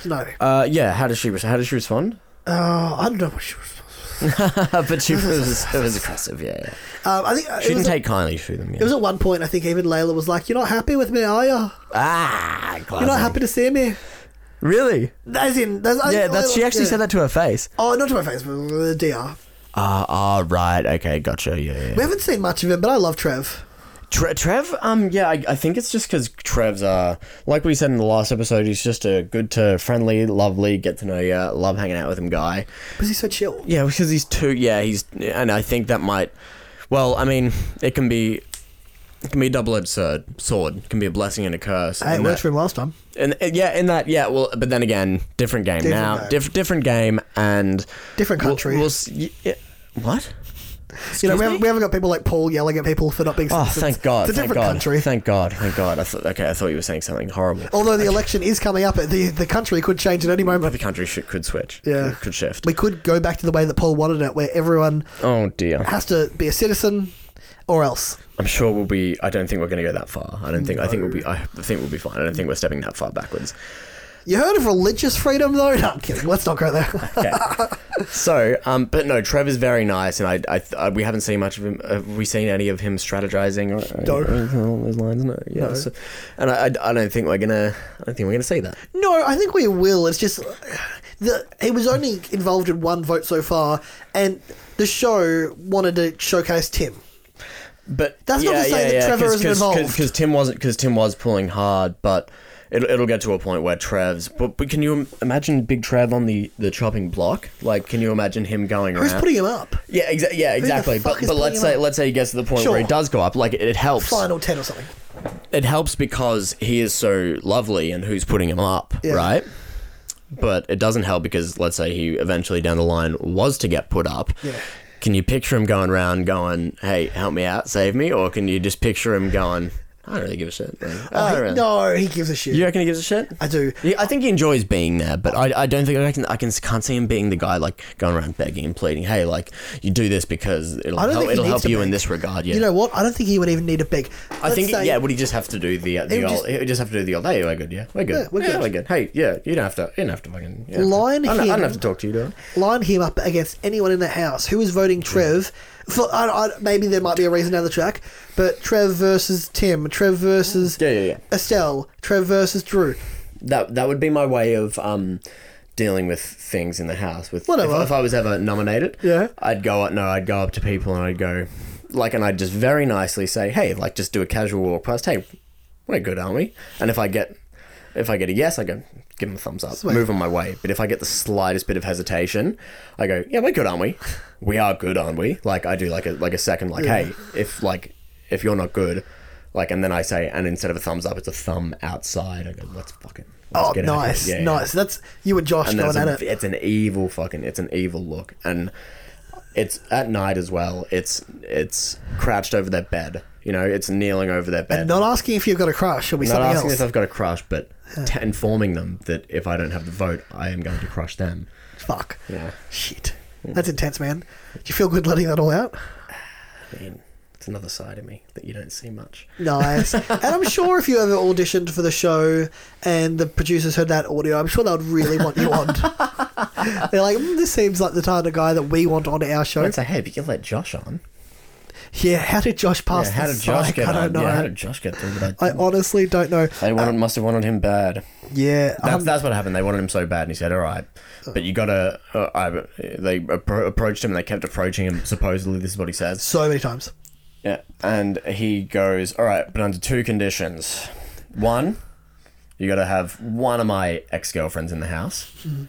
Speaker 1: No.
Speaker 2: Uh, yeah, how does she, how does she respond? [laughs]
Speaker 1: Uh, I don't know what she was.
Speaker 2: but [laughs] she was, it was aggressive, yeah. yeah.
Speaker 1: Um, I think uh,
Speaker 2: She
Speaker 1: it
Speaker 2: didn't
Speaker 1: was,
Speaker 2: take kindly to them, yeah.
Speaker 1: it was at one point, I think even Layla was like, You're not happy with me, are you?
Speaker 2: ah,
Speaker 1: You're not
Speaker 2: classic.
Speaker 1: happy to see me.
Speaker 2: Really?
Speaker 1: As in, that's, I-
Speaker 2: Yeah, that's, she actually
Speaker 1: yeah.
Speaker 2: said that to her face.
Speaker 1: Oh, not to my face, but uh, DR.
Speaker 2: Ah, ah, right, okay, gotcha, yeah, yeah.
Speaker 1: We haven't seen much of him, but I love Trev.
Speaker 2: Tre- Trev, um, yeah, I, I think it's just because Trev's, uh, like we said in the last episode, he's just a good to friendly, lovely, get to know you, love hanging out with him guy.
Speaker 1: Because he's so chill.
Speaker 2: Yeah, because he's too, yeah, he's, and I think that might, well, I mean, it can be, it can be a double-edged sword, sword, it can be a blessing and a curse.
Speaker 1: Hey, it
Speaker 2: in
Speaker 1: worked
Speaker 2: that,
Speaker 1: for him last time.
Speaker 2: and, and yeah, in that, yeah, well, but then again, different game
Speaker 1: Different
Speaker 2: now,
Speaker 1: game.
Speaker 2: Diff- different game, and
Speaker 1: Different
Speaker 2: we'll-
Speaker 1: country.
Speaker 2: We'll, s- y- yeah, what?
Speaker 1: you know,
Speaker 2: Excuse
Speaker 1: we
Speaker 2: me?
Speaker 1: haven't, we haven't got people like Paul yelling at people for not being
Speaker 2: Oh,
Speaker 1: citizens.
Speaker 2: thank God!
Speaker 1: It's a
Speaker 2: thank
Speaker 1: different
Speaker 2: God,
Speaker 1: country. Oh.
Speaker 2: Thank God! Thank God! I thought, okay, I thought you were saying something horrible.
Speaker 1: Although the election is coming up, the, the country could change at any
Speaker 2: the
Speaker 1: moment.
Speaker 2: country should, could switch.
Speaker 1: Yeah.
Speaker 2: could, could shift.
Speaker 1: We could go back to the way that Paul wanted it, where everyone
Speaker 2: oh dear.
Speaker 1: has to be a citizen or else.
Speaker 2: I'm sure we'll be. I don't think we're going to go that far. I don't think. I think we'll be. I think we'll be fine. I don't think we're stepping that far backwards.
Speaker 1: You heard of religious freedom, though? [laughs] No, I'm kidding. Let's not go there.
Speaker 2: Okay. so, um, but no, Trevor's very nice, and I, I, I, we haven't seen much of him. uh, Have we seen any of him strategizing or,
Speaker 1: No.
Speaker 2: or all those lines? No. Yeah.
Speaker 1: No.
Speaker 2: So, and I, I, I don't think we're gonna. I don't think we're gonna see that.
Speaker 1: No, I think we will. It's just the he was only involved in one vote so far, and the show wanted to showcase Tim.
Speaker 2: But
Speaker 1: That's not to say that Trevor isn't involved.
Speaker 2: because Tim wasn't because Tim was pulling hard, but it, it'll get to a point where Trev's. But, but can you im- imagine Big Trev on the the chopping block? Like, can you imagine him going
Speaker 1: Who's
Speaker 2: around?
Speaker 1: putting him up?
Speaker 2: yeah, exa- yeah, exactly.
Speaker 1: fuck
Speaker 2: But,
Speaker 1: is
Speaker 2: but
Speaker 1: putting
Speaker 2: let's
Speaker 1: him
Speaker 2: say
Speaker 1: up?
Speaker 2: let's say he gets to the point
Speaker 1: Sure.
Speaker 2: where he does go up. Like it, it helps.
Speaker 1: Final ten or something.
Speaker 2: It helps because he is so lovely and who's putting him up,
Speaker 1: Yeah.
Speaker 2: right? But it doesn't help because let's say he eventually down the line was to get put up.
Speaker 1: Yeah.
Speaker 2: Can you picture him going around going, "Hey, help me out, save me," or can you just picture him going, "I don't really give a shit." Like, I don't
Speaker 1: Oh,
Speaker 2: really.
Speaker 1: no, he gives a shit.
Speaker 2: You reckon he gives a shit?
Speaker 1: I do.
Speaker 2: Yeah, I think he enjoys being there, but I, I don't think I can I can can't see him being the guy like going around begging and pleading. Hey, like you do this because it'll
Speaker 1: I don't
Speaker 2: help,
Speaker 1: think he
Speaker 2: it'll
Speaker 1: needs
Speaker 2: help
Speaker 1: to
Speaker 2: you in
Speaker 1: beg.
Speaker 2: this regard. Yeah,
Speaker 1: You know what? I don't think he would even need a big.
Speaker 2: I
Speaker 1: Let's
Speaker 2: think
Speaker 1: say-
Speaker 2: yeah. Would he just have to do the uh,
Speaker 1: He
Speaker 2: the
Speaker 1: would
Speaker 2: old? He would just have to do the old. Hey, we're good. Yeah, we're good.
Speaker 1: Yeah, we're good."
Speaker 2: Hey, yeah, you don't have to. You don't have to fucking you don't
Speaker 1: Line
Speaker 2: have to- I, don't, I don't
Speaker 1: him-
Speaker 2: have to talk to you, do I?
Speaker 1: line him up against anyone in the house who is voting Trev. For I, I, maybe there might be a reason down the track, but Trev versus Tim, Trev versus
Speaker 2: Yeah, yeah, yeah.
Speaker 1: Estelle, Trev versus Drew.
Speaker 2: That that would be my way of um dealing with things in the house. With
Speaker 1: Whatever.
Speaker 2: If, if I was ever nominated,
Speaker 1: Yeah.
Speaker 2: I'd go up. No, I'd go up to people and I'd go like, and I'd just very nicely say, hey, like, just do a casual walk past. Hey, we're good, aren't we? And if I get if I get a yes, I go give them a thumbs up, move on my way. But if I get the slightest bit of hesitation, I go, yeah, we're good, aren't we? We are good, aren't we? Like I do like a like a second, like, hey, if like if you're not good. Like and then I say, and instead of a thumbs up, it's a thumb outside. I go, let's fucking. Let's
Speaker 1: Oh,
Speaker 2: get out of here."
Speaker 1: nice,
Speaker 2: Yeah, yeah.
Speaker 1: nice. That's you and Josh
Speaker 2: And
Speaker 1: going
Speaker 2: there's
Speaker 1: at
Speaker 2: a-
Speaker 1: it.
Speaker 2: it's an evil fucking. It's an evil look, and it's at night as well. It's it's crouched over their bed. You know, it's kneeling over their bed.
Speaker 1: Not asking if you've got a crush, it'll be
Speaker 2: Not
Speaker 1: something
Speaker 2: asking
Speaker 1: else.
Speaker 2: if I've got a crush, but t- informing them that if I don't have the vote, I am going to crush them.
Speaker 1: Fuck.
Speaker 2: Yeah,
Speaker 1: Shit. That's intense, man. Do you feel good letting that all out?
Speaker 2: I mean, it's another side of me that you don't see much.
Speaker 1: Nice. [laughs] and I'm sure if you ever auditioned for the show and the producers heard that audio, I'm sure they would really want you
Speaker 2: [laughs]
Speaker 1: on. They're like, mm, this seems like the type of guy that we want on our show.
Speaker 2: I'd say, hey, but you let Josh on.
Speaker 1: Yeah, how did Josh pass
Speaker 2: Yeah, how
Speaker 1: the
Speaker 2: did Josh
Speaker 1: psych?
Speaker 2: get
Speaker 1: I don't
Speaker 2: on?
Speaker 1: know.
Speaker 2: Yeah, how did Josh get through? But I,
Speaker 1: I honestly don't know.
Speaker 2: they wanted, must have wanted him bad.
Speaker 1: Yeah,
Speaker 2: That's,
Speaker 1: um,
Speaker 2: that's what happened. They wanted him so bad, and he said, "All right, but you gotta." Uh, I, they appro- approached him, and they kept approaching him. Supposedly, this is what he says.
Speaker 1: so many times.
Speaker 2: Yeah, and he goes, "All right, but under two conditions. One, you gotta have one of my ex girlfriends in the house,
Speaker 1: Mm-hmm.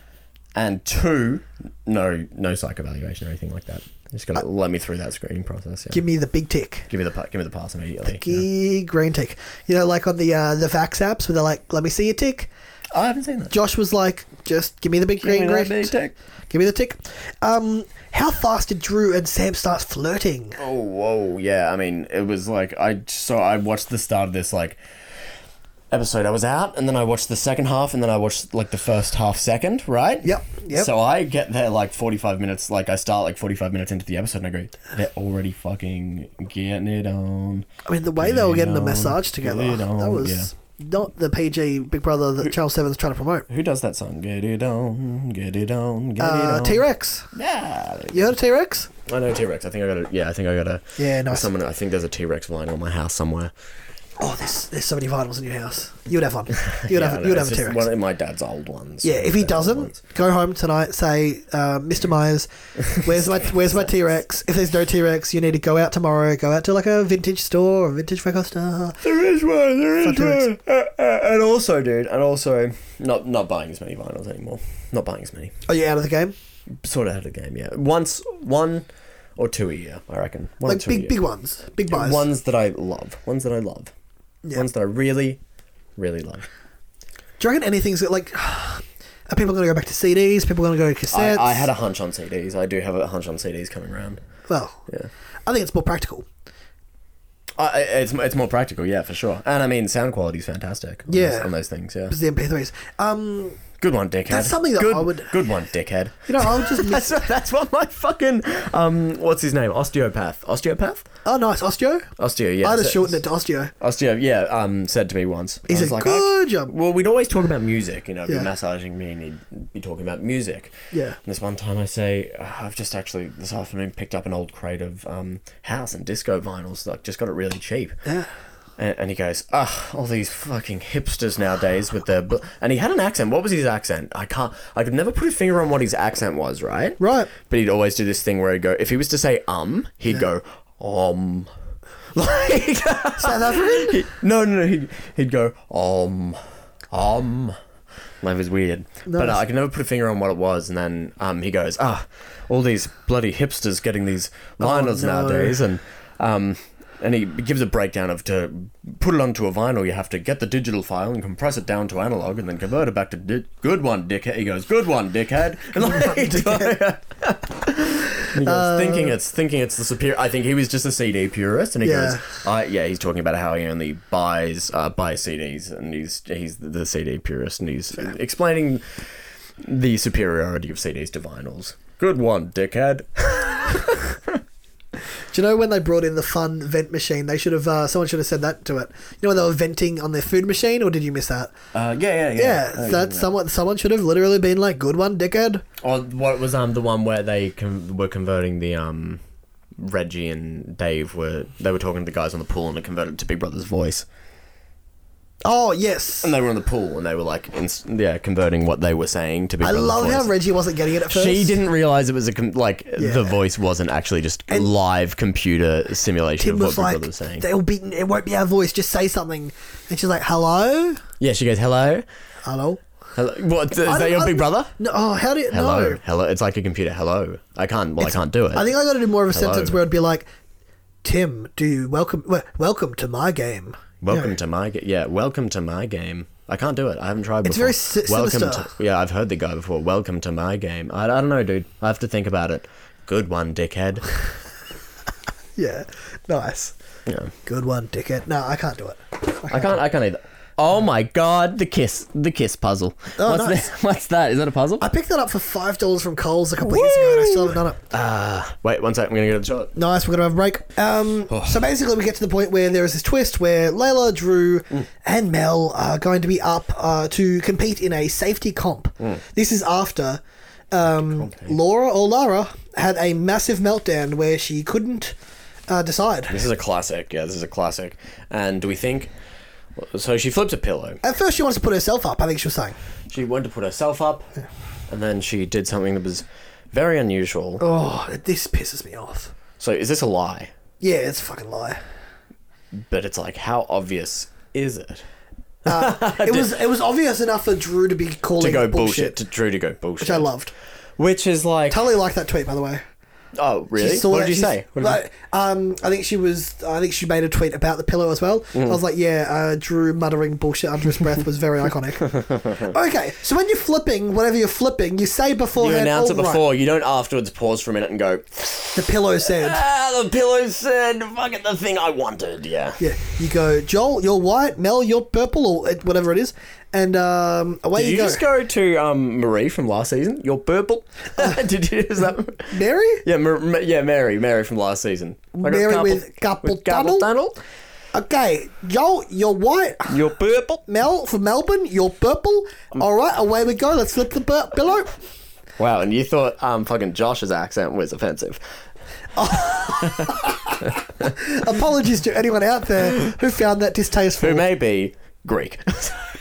Speaker 2: and two, no, no psych evaluation or anything like that. Just gotta let me through that screening process. Yeah.
Speaker 1: Give me the big tick.
Speaker 2: Give me the pa- give me the pass immediately. yeah.
Speaker 1: Big green tick. You know, like on the uh, the fax apps where they're like, let me see your tick.
Speaker 2: Oh, I haven't seen that.
Speaker 1: Josh was like, just give me the big green
Speaker 2: me that
Speaker 1: green
Speaker 2: big tick.
Speaker 1: Give me the tick. Um, how fast did Drew and Sam start flirting?
Speaker 2: Oh whoa, yeah. I mean, it was like I so I watched the start of this like episode I was out, and then I watched the second half, and then I watched like the first half second, right?
Speaker 1: Yep, yep.
Speaker 2: So I get there like 45 minutes, like I start like 45 minutes into the episode, and I go, they're already fucking getting it on.
Speaker 1: I mean, the way they were getting the
Speaker 2: Lead on,
Speaker 1: massage together,
Speaker 2: lead
Speaker 1: that
Speaker 2: on,
Speaker 1: was not the PG Big Brother that Channel 7's trying to promote.
Speaker 2: Who does that song? Get it on, get it on, get it
Speaker 1: Uh,
Speaker 2: on.
Speaker 1: T Rex.
Speaker 2: Yeah.
Speaker 1: You heard of T Rex?
Speaker 2: I know T Rex. I think I got a. Yeah, I think I got a.
Speaker 1: Yeah, nice.
Speaker 2: Someone, I think there's a T Rex lying on my house somewhere.
Speaker 1: Oh, there's, there's so many vinyls in your house. You would have
Speaker 2: [laughs]
Speaker 1: one. You would
Speaker 2: Yeah, I
Speaker 1: have,
Speaker 2: know,
Speaker 1: you would
Speaker 2: it's
Speaker 1: have a T
Speaker 2: just
Speaker 1: Rex.
Speaker 2: One of my dad's old ones.
Speaker 1: Yeah, if he
Speaker 2: Dad's
Speaker 1: doesn't,
Speaker 2: old ones.
Speaker 1: go home tonight. Say, uh, Mr. Myers, where's my where's my T Rex? If there's no T Rex, you need to go out tomorrow. Go out to like a vintage store, a vintage record store.
Speaker 2: There is one. There is
Speaker 1: Fuck
Speaker 2: one. Uh, uh, and also, dude, and also, not not buying as many vinyls anymore. Not buying as many.
Speaker 1: Are you Oh, out of the game?
Speaker 2: Sort of out of the game. Yeah, once one or two a year, I reckon. One or
Speaker 1: Like
Speaker 2: two a
Speaker 1: big
Speaker 2: year.
Speaker 1: big ones, big buys.
Speaker 2: Ones that I love. Ones that I love.
Speaker 1: Yeah.
Speaker 2: Ones that I really, really love.
Speaker 1: Do you reckon anything's like? [sighs] Are people going to go back to CDs? People going to go to
Speaker 2: I,
Speaker 1: cassettes?
Speaker 2: I had a hunch on CDs. I do have a hunch on CDs coming around.
Speaker 1: well.
Speaker 2: Yeah.
Speaker 1: I think it's more practical.
Speaker 2: I, I- it's it's more practical, yeah, for sure. And I mean, sound quality's fantastic. on
Speaker 1: Yeah.
Speaker 2: those- on those things, yeah.
Speaker 1: It's the MP3s. Um,
Speaker 2: Good one, dickhead.
Speaker 1: That's something that
Speaker 2: good,
Speaker 1: I would-
Speaker 2: Good one, dickhead.
Speaker 1: you know, I would
Speaker 2: [laughs]
Speaker 1: just
Speaker 2: That's
Speaker 1: miss.
Speaker 2: that's what my fucking um what's his name osteopath osteopath
Speaker 1: oh, nice osteo.
Speaker 2: osteo yeah
Speaker 1: I just
Speaker 2: said-
Speaker 1: shortened it to osteo.
Speaker 2: osteo yeah um said to me once
Speaker 1: He
Speaker 2: I
Speaker 1: said,
Speaker 2: was like,
Speaker 1: "Good
Speaker 2: I-
Speaker 1: job."
Speaker 2: well we'd always talk about music you know
Speaker 1: Yeah.
Speaker 2: be massaging me and he'd be talking about music
Speaker 1: Yeah.
Speaker 2: and this one time I say "Ah, I've just actually this afternoon picked up an old crate of um house and disco vinyls like just got it really cheap
Speaker 1: Yeah.
Speaker 2: and, and he goes, ah, all these fucking hipsters nowadays with their. Bl-. And he had an accent. What was his accent? I can't. I could never put a finger on what his accent was, right?
Speaker 1: Right.
Speaker 2: But he'd always do this thing where he'd go, if he was to say um, he'd go, um. [laughs] Like.
Speaker 1: South
Speaker 2: [laughs]
Speaker 1: African.
Speaker 2: he- no, no, no. He'd, he'd go, um, um. Life is weird. But uh,
Speaker 1: Nice.
Speaker 2: I could never put a finger on what it was. And then um, he goes, ah, all these bloody hipsters getting these vinyls
Speaker 1: no.
Speaker 2: nowadays. And um, and he gives a breakdown of to put it onto a vinyl, you have to get the digital file and compress it down to analog and then convert it back to di- good one, dickhead. He goes, good one, dickhead. [laughs] And like, [laughs] he goes,
Speaker 1: Uh,
Speaker 2: thinking it's thinking it's the superior. I think he was just a CD purist, and he
Speaker 1: Yeah.
Speaker 2: goes, I, yeah, he's talking about how he only buys uh, buys CDs, and he's he's the CD purist, and he's explaining the superiority of CDs to vinyls. Good one, dickhead.
Speaker 1: Do you know when they brought in the fun vent machine? They should have. Uh, someone should have said that to it. You know when they were venting on their food machine, or did you miss that?
Speaker 2: Uh, yeah, yeah,
Speaker 1: Yeah,
Speaker 2: Uh,
Speaker 1: that someone someone should have literally been like, "Good one, dickhead."
Speaker 2: Or what was um the one where they con- were converting the um Reggie and Dave were they were talking to the guys on the pool and it converted to Big Brother's voice
Speaker 1: Oh yes,
Speaker 2: and they were on the pool and they were like inst- yeah converting what they were saying to Big
Speaker 1: I
Speaker 2: Brother's
Speaker 1: love
Speaker 2: voice.
Speaker 1: how Reggie wasn't getting it at first.
Speaker 2: she didn't realize it was a com- like
Speaker 1: Yeah.
Speaker 2: the voice wasn't actually just
Speaker 1: And
Speaker 2: live computer simulation
Speaker 1: Tim
Speaker 2: of what
Speaker 1: was
Speaker 2: Big
Speaker 1: like,
Speaker 2: Brother was saying.
Speaker 1: "They'll be. It won't be our voice. Just say something." And she's like, "Hello,
Speaker 2: yeah, she goes hello,
Speaker 1: hello."
Speaker 2: hello. What is
Speaker 1: I
Speaker 2: that
Speaker 1: don't-
Speaker 2: your
Speaker 1: I
Speaker 2: Big
Speaker 1: don't-
Speaker 2: Brother?
Speaker 1: No, oh, how do you?
Speaker 2: Hello,
Speaker 1: No,
Speaker 2: hello. It's like a computer. Hello, I can't. Well, I can't do it.
Speaker 1: I think I got to do more of a
Speaker 2: Hello.
Speaker 1: sentence where it'd be like, "Tim, do you welcome wel- welcome to my game." You know,
Speaker 2: Welcome to my ga- yeah. Welcome to my game. I can't do it. I haven't tried.
Speaker 1: It's
Speaker 2: before.
Speaker 1: very si-
Speaker 2: welcome
Speaker 1: sinister.
Speaker 2: To, yeah, I've heard the guy before. Welcome to my game. I, I don't know, dude. I have to think about it. Good
Speaker 1: [laughs]
Speaker 2: one, dickhead.
Speaker 1: yeah, nice,
Speaker 2: Yeah,
Speaker 1: good one, dickhead. No, I can't do it.
Speaker 2: I can't. I can't either. Oh my god, the kiss, the kiss puzzle.
Speaker 1: Oh,
Speaker 2: what's,
Speaker 1: nice.
Speaker 2: that? [laughs] what's that? Is that a puzzle?
Speaker 1: I picked that up for five dollars from Coles a couple of years ago, and I still haven't done it.
Speaker 2: Ah, wait one sec. I'm gonna get a shot.
Speaker 1: Nice, we're gonna have a break. Um,
Speaker 2: Oh.
Speaker 1: So basically, we get to the point where there is this twist where Layla, Drew,
Speaker 2: Mm.
Speaker 1: and Mel are going to be up uh, to compete in a safety comp.
Speaker 2: Mm.
Speaker 1: This is after um, Laura or Lara had a massive meltdown where she couldn't uh, decide.
Speaker 2: This is a classic. Yeah, this is a classic. And do we think? So she flipped a pillow.
Speaker 1: At first, she wants to put herself up. I think she was saying,
Speaker 2: She went to put herself up, and then she did something that was very unusual.
Speaker 1: "Oh, this pisses me off."
Speaker 2: So is this a lie?
Speaker 1: Yeah, it's a fucking lie.
Speaker 2: but it's like how obvious is it
Speaker 1: It was it was obvious enough for Drew to be calling
Speaker 2: to go
Speaker 1: bullshit,
Speaker 2: bullshit, to Drew to go bullshit
Speaker 1: which I loved.
Speaker 2: which is like
Speaker 1: Totally like that tweet, by the way.
Speaker 2: Oh, really?
Speaker 1: She saw
Speaker 2: What
Speaker 1: that
Speaker 2: did you
Speaker 1: she's-
Speaker 2: say? What did
Speaker 1: like, um, I think she was. I think she made a tweet about the pillow as well.
Speaker 2: Mm.
Speaker 1: I was like, yeah, uh, Drew muttering bullshit under his breath was very
Speaker 2: [laughs]
Speaker 1: iconic. okay, so when you're flipping, whatever you're flipping, you say
Speaker 2: you
Speaker 1: beforehand.
Speaker 2: announce it
Speaker 1: "All right,
Speaker 2: before. You don't afterwards pause for a minute and go,
Speaker 1: the pillow said.
Speaker 2: ah, the pillow said, fuck it, the thing I wanted. Yeah.
Speaker 1: Yeah, you go, Joel, you're white. Mel, you're purple, or it- whatever it is, and um, away
Speaker 2: Did you,
Speaker 1: you, go.
Speaker 2: just go to um, Marie from last season? You're purple. [laughs] did you? Is that?
Speaker 1: Mary,
Speaker 2: [laughs] Yeah, Mar- Ma- yeah, Mary, Mary from last season. I got
Speaker 1: Mary
Speaker 2: Carpel-
Speaker 1: with Carpal Tunnel?
Speaker 2: Tunnel.
Speaker 1: okay, Joel, you're white. [laughs]
Speaker 2: You're purple.
Speaker 1: Mel from Melbourne, you're purple.
Speaker 2: Mm.
Speaker 1: All right, away we go. Let's flip the bur- pillow.
Speaker 2: Wow, and you thought um fucking Josh's accent was offensive.
Speaker 1: Apologies to anyone out there who found that distasteful.
Speaker 2: Who may be Greek. [laughs]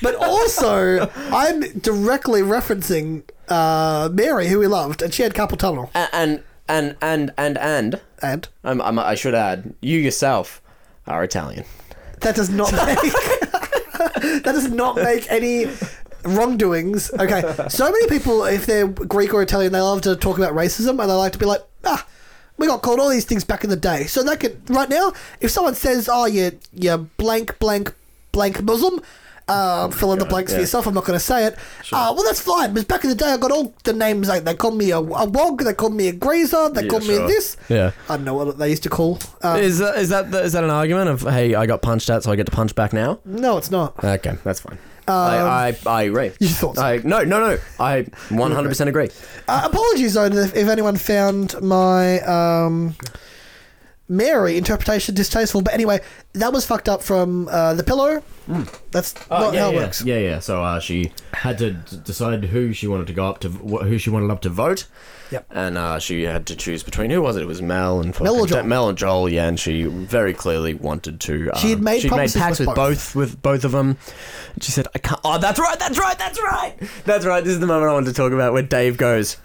Speaker 1: But also, I'm directly referencing uh, Mary, who we loved, and she had carpal tunnel.
Speaker 2: A- and and and and and
Speaker 1: And
Speaker 2: um, um, I should add, you yourself are Italian.
Speaker 1: that does not make that does not make any wrongdoings. Okay, so many people, if they're Greek or Italian, they love to talk about racism, and they like to be like, ah. We got called all these things back in the day, so that could right now. If someone says, "Oh, you, you blank, blank, blank Muslim," uh, fill in the blanks for
Speaker 2: yeah.
Speaker 1: yourself. I'm not going to say it. Uh, well, that's fine. Because back in the day, I got all the names. Like they called me a, a wog, they called me a greaser, they called me
Speaker 3: sure.
Speaker 1: this.
Speaker 2: Yeah.
Speaker 1: I don't know what they used to call. Uh,
Speaker 2: Is that is that the, is that an argument of hey I got punched at so I get to punch back now?
Speaker 1: no, it's not.
Speaker 2: Okay, that's fine. I, I I agree.
Speaker 1: Um, [laughs] You thought so.
Speaker 2: I no no no
Speaker 1: [laughs]
Speaker 2: I 100 percent agree.
Speaker 1: Uh, apologies, though, if, if anyone found my um, Mary interpretation distasteful. But anyway, that was fucked up from uh, the pillow.
Speaker 2: Hmm.
Speaker 1: That's
Speaker 2: Oh,
Speaker 1: not
Speaker 3: yeah,
Speaker 1: how it
Speaker 3: yeah,
Speaker 1: works.
Speaker 3: yeah, yeah. So uh, she had to d- decide who she wanted to go up to, v- who she wanted up to vote.
Speaker 1: Yep.
Speaker 2: And uh, she had to choose between who was it? It was Mel and fucking-
Speaker 1: or Joel.
Speaker 2: Mel and Joel. Yeah, and she very clearly wanted to. Uh,
Speaker 1: She had made
Speaker 2: she made
Speaker 1: promises
Speaker 2: pacts
Speaker 1: with
Speaker 2: with
Speaker 1: both.
Speaker 2: both. with both of them. And she said, "I can't." Oh, that's right. That's right. That's right. That's right. This is the moment I wanted to talk about where Dave goes.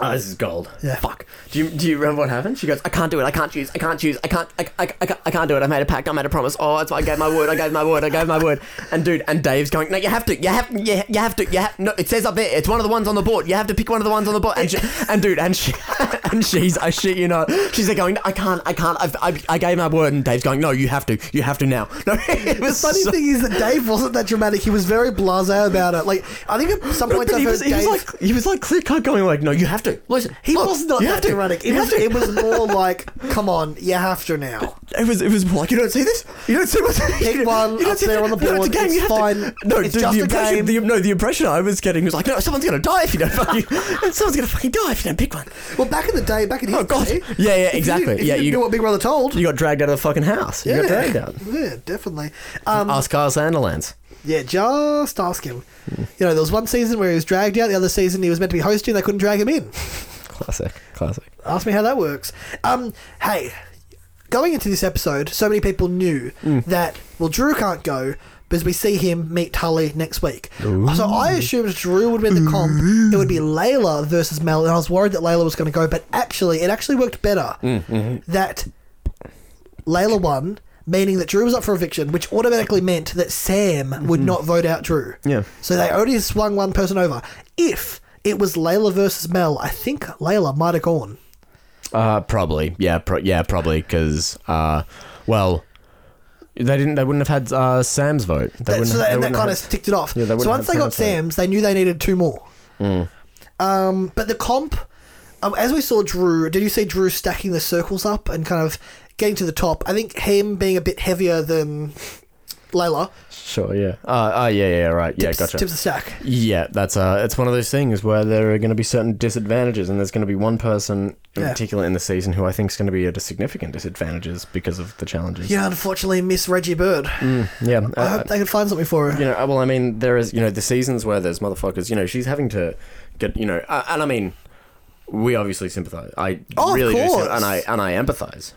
Speaker 2: Oh, this is gold.
Speaker 1: Yeah.
Speaker 2: Fuck. Do you, do you remember what happened? She goes, I can't do it. I can't choose. I can't choose. I can't. I, I, I, can't- I can't do it. I made a pact. I made a promise. Oh, that's why I gave my word. I gave my word. I gave my word. And dude, and Dave's going, no, you have to. You have. You, you have to. You have. No, it says up there. It's one of the ones on the board. You have to pick one of the ones on the board. And she, and dude, and she, [laughs] and she's. I shit you not. She's like going, I can't. I can't. I've, I, I gave my word. And Dave's going, no, you have to. You have to now. [laughs] No, it
Speaker 1: The
Speaker 2: was
Speaker 1: funny
Speaker 2: so-
Speaker 1: thing is that Dave wasn't that dramatic. He was very blasé about it. Like I think at some
Speaker 2: But
Speaker 1: point I've
Speaker 2: he
Speaker 1: heard
Speaker 2: was, he
Speaker 1: Dave.
Speaker 2: was like he was like clear cut going like no you have to listen
Speaker 1: he
Speaker 2: look,
Speaker 1: was not
Speaker 2: you
Speaker 1: that
Speaker 2: have to.
Speaker 1: dramatic. It
Speaker 2: You
Speaker 1: was,
Speaker 2: have to.
Speaker 1: it
Speaker 2: [laughs]
Speaker 1: was more like, come on, you have to now.
Speaker 2: It was it was more like you don't see this. You don't see what's
Speaker 1: Pick one
Speaker 2: [laughs] you don't
Speaker 1: up
Speaker 2: see
Speaker 1: there
Speaker 2: that.
Speaker 1: on the
Speaker 2: No, it's a
Speaker 1: board.
Speaker 2: game.
Speaker 1: It's
Speaker 2: you have
Speaker 1: fine.
Speaker 2: To, no,
Speaker 1: It's
Speaker 2: dude,
Speaker 1: just
Speaker 2: the
Speaker 1: a
Speaker 2: impression,
Speaker 1: game.
Speaker 2: The, no, the impression I was getting was like, no, someone's gonna die if you don't fucking. [laughs] someone's gonna fucking die if you don't pick one.
Speaker 1: Well, back in the day, back in his
Speaker 2: Oh god.
Speaker 1: day,
Speaker 2: Yeah, yeah,
Speaker 1: if you didn't-
Speaker 2: exactly.
Speaker 1: if you
Speaker 2: yeah,
Speaker 1: didn't
Speaker 2: you
Speaker 1: do
Speaker 2: got,
Speaker 1: what Big Brother told.
Speaker 2: you got dragged out of the fucking house. You got dragged out.
Speaker 1: yeah, definitely. Um,
Speaker 2: Ask Kyle Sanderlands.
Speaker 1: Yeah, just ask him. You know, there was one season where he was dragged out. The other season he was meant to be hosting. They couldn't drag him in.
Speaker 2: Classic, classic.
Speaker 1: Ask me how that works. Um, hey, going into this episode, so many people knew that well, Drew can't go because we see him meet Tully next week. So I assumed Drew would win the comp. It would be Layla versus Mel, and I was worried that Layla was going to go. But actually, it actually worked better that Layla won. Meaning that Drew was up for eviction, which automatically meant that Sam would not vote out Drew.
Speaker 2: Yeah.
Speaker 1: So they already swung one person over. If it was Layla versus Mel, I think Layla might have gone.
Speaker 2: Uh, probably. Yeah, pro- yeah, probably because uh, well, they didn't. They wouldn't have had uh, Sam's vote. They
Speaker 1: That,
Speaker 2: wouldn't.
Speaker 1: so
Speaker 2: have-
Speaker 1: that,
Speaker 2: they
Speaker 1: and that
Speaker 2: wouldn't
Speaker 1: kind
Speaker 2: have-
Speaker 1: of ticked it off.
Speaker 2: Yeah, they wouldn't
Speaker 1: so once
Speaker 2: have Mm.
Speaker 1: they got
Speaker 2: Sam's vote.
Speaker 1: Sam's, they knew they needed two more. Um, but the comp, um, as we saw Drew, did you see Drew stacking the circles up and kind of getting to the top? I think him being a bit heavier than Layla
Speaker 2: Sure. Yeah. Uh, uh, yeah. Yeah. Right. Yeah.
Speaker 1: tips,
Speaker 2: Gotcha.
Speaker 1: tips the stack.
Speaker 2: Yeah, that's uh, it's one of those things where there are going to be certain disadvantages, and there's going to be one person in
Speaker 1: Yeah.
Speaker 2: particular in the season who I think is going to be at a significant disadvantages because of the challenges.
Speaker 1: Yeah, unfortunately, miss Reggie Bird.
Speaker 2: yeah.
Speaker 1: I
Speaker 2: uh,
Speaker 1: hope they could find something for her.
Speaker 2: you know, uh, well, I mean, there is, you know, the seasons where there's motherfuckers. You know, she's having to get, you know, uh, and I mean, we obviously sympathize. I
Speaker 1: Oh, of
Speaker 2: really do, sym-
Speaker 1: course.
Speaker 2: and I and I empathize.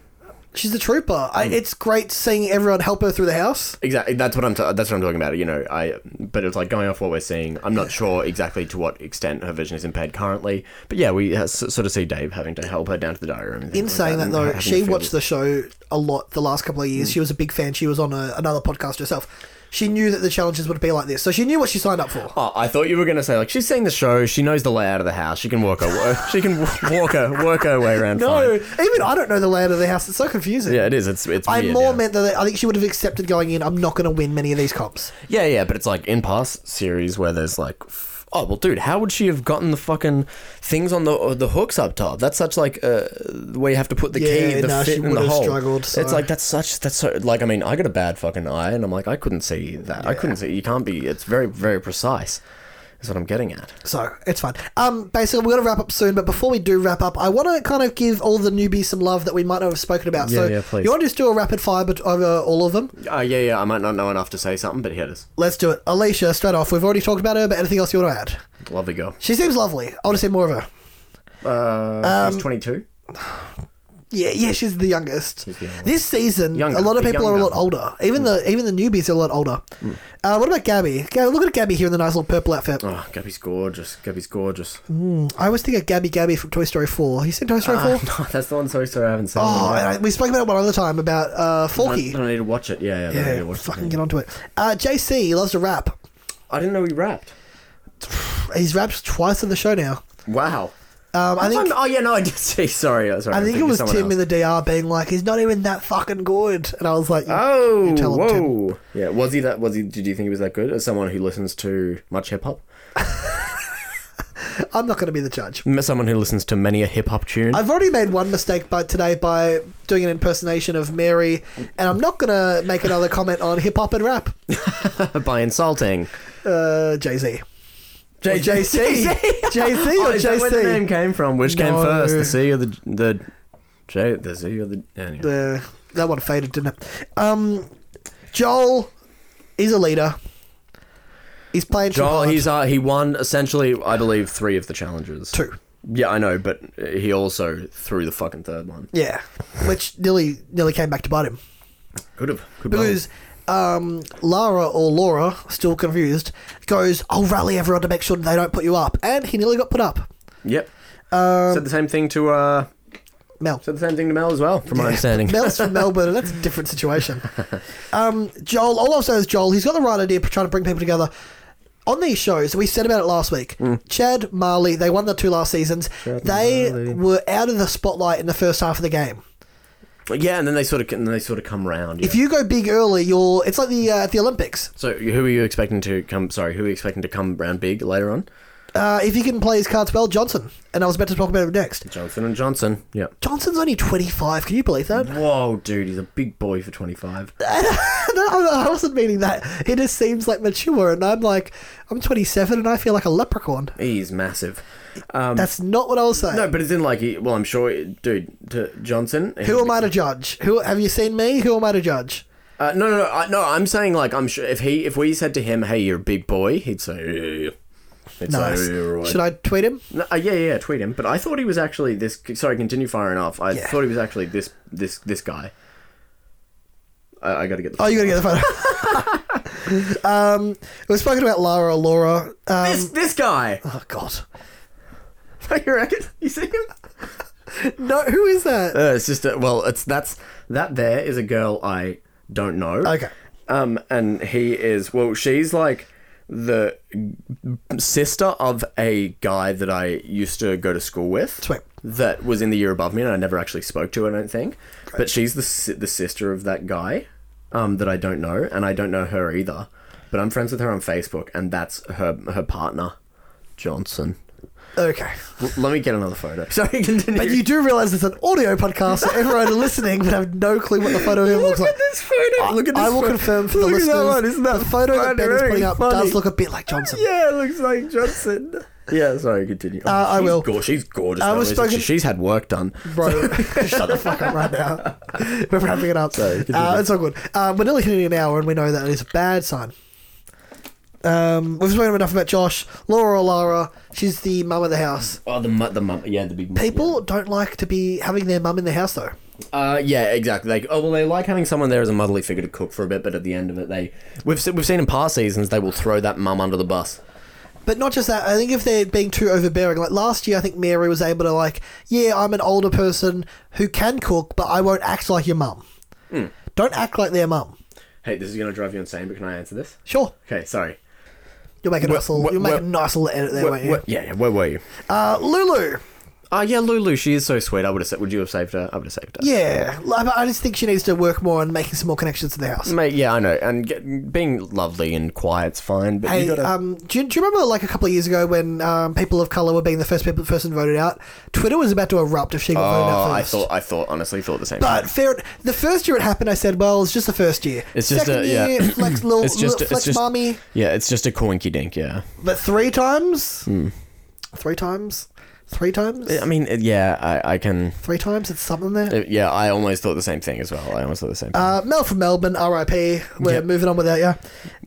Speaker 1: She's a trooper. I,
Speaker 2: Mm.
Speaker 1: it's great seeing everyone help her through the house.
Speaker 2: Exactly. That's what I'm. T- that's what I'm talking about. You know, I. But it's like going off what we're seeing. I'm not sure exactly to what extent her vision is impaired currently. But yeah, we ha- s- sort of see Dave having to help her down to the diary room. and
Speaker 1: In
Speaker 2: things like
Speaker 1: saying that,
Speaker 2: uh, and
Speaker 1: though,
Speaker 2: having to
Speaker 1: she
Speaker 2: feel Mm.
Speaker 1: watched the show a lot the last couple of years. She was a big fan. She was on a, another podcast herself. She knew that the challenges would be like this, so she knew what she signed up for.
Speaker 2: Oh, I thought you were gonna say like she's seen the show. She knows the layout of the house. She can walk her. [laughs] she can w- walk her work her way around.
Speaker 1: No,
Speaker 2: fine.
Speaker 1: even I don't know the layout of the house. It's so confusing.
Speaker 2: Yeah, it is. It's it's.
Speaker 1: I
Speaker 2: weird,
Speaker 1: more
Speaker 2: yeah.
Speaker 1: meant that I think she would have accepted going in. I'm not going to win many of these comps.
Speaker 2: Yeah, yeah, but it's like in past series where there's like, f- oh well, dude, how would she have gotten the fucking things on the uh, the hooks up top? That's such like uh, where you have to put the
Speaker 1: Yeah,
Speaker 2: key, the
Speaker 1: no, she
Speaker 2: fit, and
Speaker 1: would
Speaker 2: the
Speaker 1: have
Speaker 2: hole.
Speaker 1: struggled,
Speaker 2: It's
Speaker 1: so-
Speaker 2: like that's such that's so, like I mean I got a bad fucking eye, and I'm like I couldn't see that. I couldn't see. You can't be. It's very very precise. Is what I'm getting at.
Speaker 1: So it's fine. Um, basically, we're going to wrap up soon, but before we do wrap up, I want to kind of give all the newbies some love that we might not have spoken about.
Speaker 2: Yeah,
Speaker 1: so
Speaker 2: yeah, please.
Speaker 1: you want to just do a rapid fire bet- over all of them?
Speaker 2: Uh, yeah, yeah. I might not know enough to say something, but here it is.
Speaker 1: Let's do it. Alicia, straight off. We've already talked about her, but anything else you want to add?
Speaker 2: Lovely girl.
Speaker 1: She seems lovely. I want to see more of her.
Speaker 2: Uh, she's 22.
Speaker 1: Yeah, yeah, she's the youngest.
Speaker 2: the youngest.
Speaker 1: This season,
Speaker 2: Younger,
Speaker 1: a lot of people are a lot
Speaker 2: younger.
Speaker 1: older. Even the even the newbies are a lot older. Uh, what about Gabby? Gabby? Look at Gabby here in the nice little purple outfit.
Speaker 2: Oh, Gabby's gorgeous. Gabby's gorgeous.
Speaker 1: I always think of Gabby Gabby from Toy Story 4. Have you seen Toy Story 4?
Speaker 2: Uh, [laughs] no, that's the one. Sorry, sorry, I haven't seen.
Speaker 1: Oh,
Speaker 2: it.
Speaker 1: and I, we spoke about it one other time about uh,
Speaker 2: I
Speaker 1: Forky.
Speaker 2: don't need to watch it. Yeah, yeah. I don't need to
Speaker 1: Yeah,
Speaker 2: watch it.
Speaker 1: fucking get onto it. Uh, JC he loves to rap.
Speaker 2: I didn't know he rapped.
Speaker 1: He's rapped twice in the show now.
Speaker 2: Wow.
Speaker 1: Um, I think
Speaker 2: oh yeah, no, I did [laughs] see. Sorry, uh, sorry.
Speaker 1: I
Speaker 2: I'm
Speaker 1: think it
Speaker 2: thinking
Speaker 1: was
Speaker 2: someone
Speaker 1: Tim in
Speaker 2: else.
Speaker 1: the DR being like, "He's not even that fucking good," and I was like,
Speaker 2: Oh,
Speaker 1: you tell him, Tim.
Speaker 2: whoa. Yeah, was he that? Was he? Did you think he was that good? As someone who listens to much hip hop,
Speaker 1: "I'm not going to be the judge."
Speaker 2: someone who listens to many a hip hop tune.
Speaker 1: I've already made one mistake by today by doing an impersonation of Mary, and I'm not going to make another comment on hip hop and rap.
Speaker 2: [laughs] by insulting.
Speaker 1: Uh, Jay Z, J-
Speaker 2: [laughs]
Speaker 1: JC, [laughs] JC
Speaker 2: Oh,
Speaker 1: or
Speaker 2: is that where the name
Speaker 1: JC.
Speaker 2: came from? Which came
Speaker 1: No.
Speaker 2: first, the C or the the J? The Z or the? Anyway.
Speaker 1: Uh, that one faded, didn't it? Um, Joel is a leader. He's playing too
Speaker 2: Joel,
Speaker 1: hard.
Speaker 2: he's uh, he won essentially, I believe, three of the challenges.
Speaker 1: two.
Speaker 2: Yeah, I know, but he also threw the fucking third one.
Speaker 1: Yeah, which nearly nearly came back to bite him
Speaker 2: Oh. Could have. Could
Speaker 1: because um, Lara or Laura, still confused, goes, "I'll rally everyone to make sure they don't put you up," and he nearly got put up.
Speaker 2: Yep. Um, said the same thing to uh,
Speaker 1: Mel.
Speaker 2: said the same thing to Mel as well, from my understanding.
Speaker 1: Mel's from Melbourne, and that's a different situation. Um, Joel, all I'll say is Joel, he's got the right idea for trying to bring people together. On these shows, we said about it last week. Chad, Marley, they won the two last seasons. they were out of the spotlight in the first half of the game.
Speaker 2: yeah, and then they sort of and then they sort of come round. Yeah.
Speaker 1: If you go big early, you're. It's like the uh, at the Olympics.
Speaker 2: so who are you expecting to come? Sorry, who are you expecting to come round big later on?
Speaker 1: Uh, if he can play his cards well, Johnson. And I was about to talk about him next.
Speaker 2: Johnson and Johnson. Yeah.
Speaker 1: Johnson's only 25. Can you believe that?
Speaker 2: Whoa, dude, he's a big boy for twenty five.
Speaker 1: [laughs] no, I wasn't meaning that. He just seems like mature, and I'm like, I'm 27, and I feel like a leprechaun.
Speaker 2: He's massive.
Speaker 1: That's not what I was saying.
Speaker 2: Um, No, but it's in like he. Well, I'm sure, dude. To Johnson.
Speaker 1: Who am I to judge? Who have you seen me? Who am I to judge?
Speaker 2: Uh, no, no, no, I, no. I'm saying like I'm sure if he if we said to him, "Hey, you're a big boy," he'd say, "Yeah, yeah, yeah." He'd
Speaker 1: Nice.
Speaker 2: say, "Yeah, yeah, right."
Speaker 1: Should I tweet him?
Speaker 2: No, uh, yeah, yeah, yeah, tweet him. But I thought he was actually this. Sorry, continue firing off. I
Speaker 1: Yeah.
Speaker 2: thought he was actually this this this guy. I, I got to get the.
Speaker 1: Oh, you gotta get the photo. [laughs] um, we've spoken about Lara. Laura. Um,
Speaker 2: this this guy. [laughs]
Speaker 1: oh God.
Speaker 2: you reckon? You see him?
Speaker 1: No, who is that?
Speaker 2: Uh, it's just a, well, it's that's that. There is a girl I don't know.
Speaker 1: Okay.
Speaker 2: Um, and he is well. She's like the sister of a guy that I used to go to school with.
Speaker 1: Sweet.
Speaker 2: That was in the year above me, and I never actually spoke to. I don't think. But she's the si- the sister of that guy, um, that I don't know, and I don't know her either. But I'm friends with her on Facebook, and that's her her partner, Johnson.
Speaker 1: Okay.
Speaker 2: L- let me get another photo. [laughs] Sorry, continue.
Speaker 1: But you do realise it's an audio podcast, so everyone listening would have no clue what the photo of him looks like.
Speaker 2: this photo. look at
Speaker 1: I will confirm for the
Speaker 2: Look at
Speaker 1: listeners.
Speaker 2: that one. Isn't that
Speaker 1: the photo that Ben is
Speaker 2: very
Speaker 1: putting up
Speaker 2: funny?
Speaker 1: does look a bit like Johnson.
Speaker 2: Yeah, it looks like Johnson. yeah, sorry, continue.
Speaker 1: Uh, I
Speaker 2: she's
Speaker 1: will.
Speaker 2: Go- she's gorgeous.
Speaker 1: I
Speaker 2: though,
Speaker 1: was
Speaker 2: isn't she?
Speaker 1: spoken-
Speaker 2: She's had work done. [laughs]
Speaker 1: Bro, shut the fuck up right now. We're wrapping it up.
Speaker 2: Sorry, continue.
Speaker 1: uh, it's all good. Um, we're nearly hitting an hour, and we know that is a bad sign. Um, we've spoken enough about Josh, Laura, or Lara. She's the mum of the house.
Speaker 2: Oh, the mu- the mum. Yeah, the big mum.
Speaker 1: People don't like to be having their mum in the house, though.
Speaker 2: Uh, yeah, exactly. Like, oh well, they like having someone there as a motherly figure to cook for a bit, but at the end of it, they we've se- we've seen in past seasons they will throw that mum under the bus.
Speaker 1: But not just that. I think if they're being too overbearing, like last year, I think Mary was able to like, yeah, I'm an older person who can cook, but I won't act like your mum.
Speaker 2: Hmm.
Speaker 1: Don't act like their mum.
Speaker 2: Hey, this is gonna drive you insane, but can I answer this?
Speaker 1: Sure,
Speaker 2: Okay, sorry.
Speaker 1: you'll make a
Speaker 2: Wh-
Speaker 1: nice little,
Speaker 2: wh-
Speaker 1: you'll make a
Speaker 2: wh-
Speaker 1: nice little edit there,
Speaker 2: Wh-
Speaker 1: won't you?
Speaker 2: wh- yeah, yeah, where were you?
Speaker 1: Uh, Lulu.
Speaker 2: Uh, yeah, Lulu. She is so sweet. I would have. Sa- would you have saved her? I would have saved her.
Speaker 1: Yeah, like, but I just think she needs to work more on making some more connections to the house.
Speaker 2: Mate, yeah, I know. And get, being lovely and quiet's fine, but
Speaker 1: Hey,
Speaker 2: you gotta.
Speaker 1: um, do, you, do you remember like a couple of years ago when um, people of color were being the first people person voted out? Twitter was about to erupt if she got voted out
Speaker 2: oh,
Speaker 1: first.
Speaker 2: I thought. I thought. Honestly, thought the same.
Speaker 1: But fair, the first year it happened, I said, "Well, it's just the first year.
Speaker 2: It's just
Speaker 1: Second
Speaker 2: a- yeah.
Speaker 1: year,
Speaker 2: [clears throat]
Speaker 1: flex, little,
Speaker 2: It's just-
Speaker 1: little
Speaker 2: it's
Speaker 1: flex,
Speaker 2: just-
Speaker 1: mommy."
Speaker 2: yeah, it's just a coinky dink. Yeah.
Speaker 1: But three times, three times, three times,
Speaker 2: I mean, it- Hmm. yeah, I, I can.
Speaker 1: three times. It's something there.
Speaker 2: it- yeah, I almost thought the same thing as well. I almost thought the same. Thing.
Speaker 1: Uh, Mel from Melbourne, RIP. We're
Speaker 2: Yep.
Speaker 1: moving on without you.